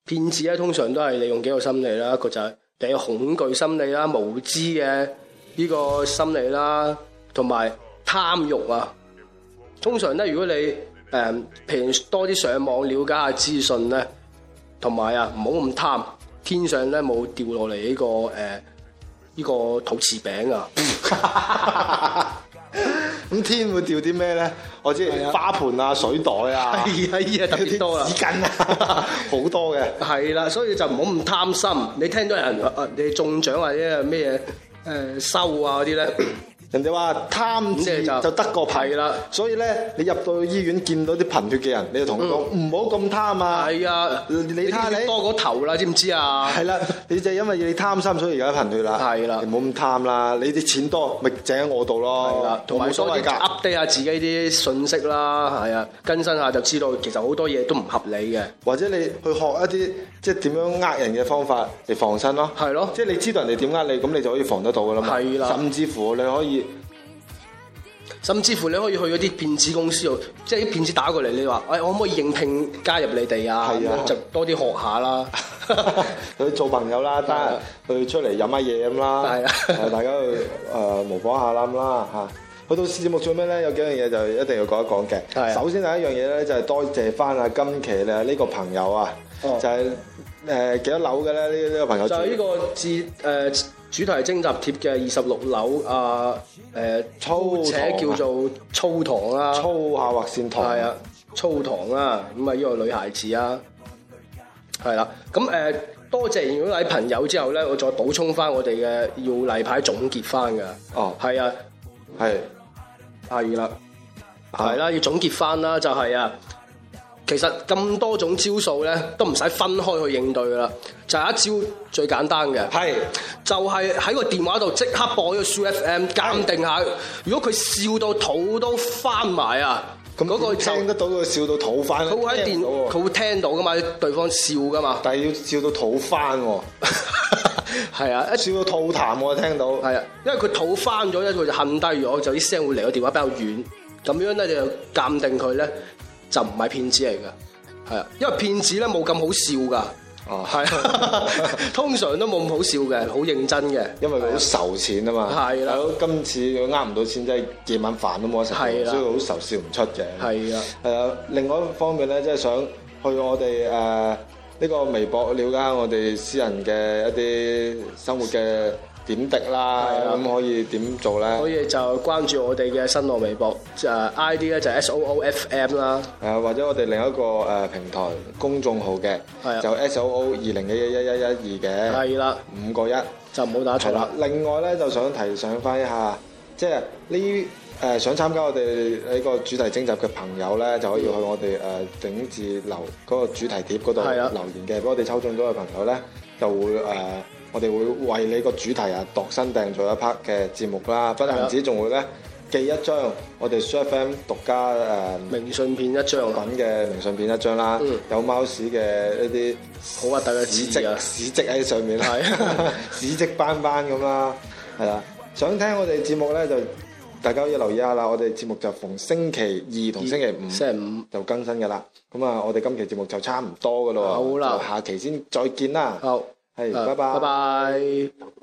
[SPEAKER 1] 騙子咧通常都係利用幾個心理啦，一個就係你有恐懼心理啦、無知嘅呢個心理啦，同埋貪欲啊。通常咧，如果你誒、嗯平時多啲上網了解下資訊咧，同埋啊唔好咁貪，天上咧冇掉落嚟呢個誒呢、個土糍餅啊。
[SPEAKER 2] 咁天會掉啲咩咧？我知
[SPEAKER 1] 啊
[SPEAKER 2] 花盆啊、水袋啊、
[SPEAKER 1] 係啊，依家特別多啦
[SPEAKER 2] 紙。巾啊， 好多嘅。
[SPEAKER 1] 係啦，所以就唔好咁貪心。你聽到人啊啊你中獎或者係咩嘢誒收啊嗰啲 咧，
[SPEAKER 2] 人哋話貪字
[SPEAKER 1] 咁你
[SPEAKER 2] 就
[SPEAKER 1] 就
[SPEAKER 2] 得個貧
[SPEAKER 1] 係啦
[SPEAKER 2] 所以咧你入到醫院見到啲貧血嘅人，你就同佢講唔好咁貪啊。
[SPEAKER 1] 嗯係啊，
[SPEAKER 2] 你你睇下你
[SPEAKER 1] 多過頭啦，知唔知啊？
[SPEAKER 2] 係啦，你就因為你貪心，所以而家貧血啦。
[SPEAKER 1] 係啦
[SPEAKER 2] 你唔好咁貪啦，你啲錢多咪整喺我度咯。
[SPEAKER 1] 係啦，哦同
[SPEAKER 2] 我
[SPEAKER 1] 埋
[SPEAKER 2] 冇所
[SPEAKER 1] 多
[SPEAKER 2] 謂
[SPEAKER 1] 啲
[SPEAKER 2] 㗎。
[SPEAKER 1] update 下自己啲信息啦，係啊，更新下就知道其實好多嘢都唔合理嘅，
[SPEAKER 2] 或者你去學一啲即係點樣呃人嘅方法嚟防身咯。
[SPEAKER 1] 係咯
[SPEAKER 2] 即係你知道人哋點呃你，咁你就可以防得到㗎啦嘛。
[SPEAKER 1] 係啦
[SPEAKER 2] 甚至乎你可以
[SPEAKER 1] 甚至乎你可以去嗰啲騙子公司度，即係啲騙子打過嚟，你話誒、哎我可唔可以應聘加入你哋啊？
[SPEAKER 2] 係啊啊
[SPEAKER 1] 咁樣就多啲學下 啦。
[SPEAKER 2] 去做朋友啦，得閒去出嚟飲下嘢咁啦，
[SPEAKER 1] 啊係啊
[SPEAKER 2] 誒大家去誒模仿下啦咁啦嚇。去到節目最尾咧，有幾樣嘢就一定要講一講
[SPEAKER 1] 係
[SPEAKER 2] 嘅。
[SPEAKER 1] 啊
[SPEAKER 2] 首先第一樣嘢咧，就係多謝翻啊今期咧呢個朋友啊，
[SPEAKER 1] 哦
[SPEAKER 2] 就係誒幾多樓嘅咧呢呢個朋友
[SPEAKER 1] 就係呢個自誒、呃主題徵集貼嘅二十六樓啊誒，
[SPEAKER 2] 粗
[SPEAKER 1] 粗且
[SPEAKER 2] 堂啊
[SPEAKER 1] 叫做粗堂啦，
[SPEAKER 2] 粗下劃線堂，
[SPEAKER 1] 係啊，粗堂啦，咁啊呢個女孩子啊，係啦，咁誒、呃多謝完嗰禮朋友之後咧，我再補充翻我哋嘅要例牌總結翻㗎，
[SPEAKER 2] 哦
[SPEAKER 1] 係啊，
[SPEAKER 2] 係
[SPEAKER 1] 係啦。係，
[SPEAKER 2] 啊
[SPEAKER 1] 啦，要總結翻啦，就係、啊，其實咁多種招數咧，都唔使分開去應對噶啦，就係、一招最簡單嘅，
[SPEAKER 2] 係
[SPEAKER 1] 就係喺個電話度即刻播呢個 SooFM 鑑定下，如果佢笑到肚都翻埋啊，
[SPEAKER 2] 咁
[SPEAKER 1] 嗰個就
[SPEAKER 2] 聽得到佢笑到肚翻，
[SPEAKER 1] 佢會喺
[SPEAKER 2] 聽
[SPEAKER 1] 電
[SPEAKER 2] 唔到喎
[SPEAKER 1] 佢會聽到噶嘛，對方笑噶 嘛，
[SPEAKER 2] 但係要笑到肚翻喎，
[SPEAKER 1] 係啊，一
[SPEAKER 2] 笑到肚痰我聽到。
[SPEAKER 1] 係啊，因為佢肚翻咗咧，佢就恨低咗，就啲聲會離個電話比較遠，咁樣咧你就鑑定佢咧就唔係騙子嚟嘅，係啊，因為騙子咧冇咁好笑噶，
[SPEAKER 2] 哦
[SPEAKER 1] 係啊， 通常都冇咁好笑嘅，好認真嘅，
[SPEAKER 2] 因為佢好愁錢啊嘛，
[SPEAKER 1] 係啦
[SPEAKER 2] 大佬今次佢呃唔到錢，真係夜晚飯都冇得食，所以
[SPEAKER 1] 係啦
[SPEAKER 2] 佢好愁笑唔出嘅。
[SPEAKER 1] 係啊，
[SPEAKER 2] 係啊，另外一方面咧，即係想去我哋誒呢個微博了解下我哋私人嘅一啲生活嘅點滴啦，
[SPEAKER 1] 係啦
[SPEAKER 2] 咁可以點做
[SPEAKER 1] 所
[SPEAKER 2] 咧？
[SPEAKER 1] 以就關注我哋嘅新浪微博，就 I D 咧就 S O O F M 啦，
[SPEAKER 2] 誒或者我哋另一個誒平台公眾號嘅
[SPEAKER 1] 係，啊
[SPEAKER 2] 就 S O O 二零一一一一一二嘅，
[SPEAKER 1] 係啦，
[SPEAKER 2] 五個一。
[SPEAKER 1] 就唔好打
[SPEAKER 2] 係
[SPEAKER 1] 錯
[SPEAKER 2] 啦
[SPEAKER 1] 啦，，
[SPEAKER 2] 另外咧就想提醒翻一下，即係呢誒想參加我哋呢個主題徵集嘅朋友咧，就可以去我哋誒整字留嗰個主題貼嗰度
[SPEAKER 1] 係啊
[SPEAKER 2] 留言嘅。俾我哋抽中咗嘅朋友咧，就會誒、呃我哋會為你個主題啊度身訂做一 part 嘅節目
[SPEAKER 1] 啊
[SPEAKER 2] 啦。不但止，仲會咧寄一張我哋 s h FM 獨家誒。呃
[SPEAKER 1] 明信片一張啊，
[SPEAKER 2] 品嘅明信片一張啦，
[SPEAKER 1] 嗯
[SPEAKER 2] 有貓屎嘅一啲
[SPEAKER 1] 好核突嘅
[SPEAKER 2] 屎
[SPEAKER 1] 字啊
[SPEAKER 2] 跡屎跡喺上面啦
[SPEAKER 1] 係，
[SPEAKER 2] 屎跡斑斑咁啦，係啦。想聽我哋節目咧，就大家要留意下啦。我哋節目就逢星期二同星期五
[SPEAKER 1] 星期
[SPEAKER 2] 就更新噶啦。咁啊，我哋今期節目就差唔多噶咯喎，
[SPEAKER 1] 好啦
[SPEAKER 2] 就下期先再見啦
[SPEAKER 1] 五，。好，
[SPEAKER 2] 係，
[SPEAKER 1] 啊
[SPEAKER 2] 拜拜
[SPEAKER 1] 拜。拜。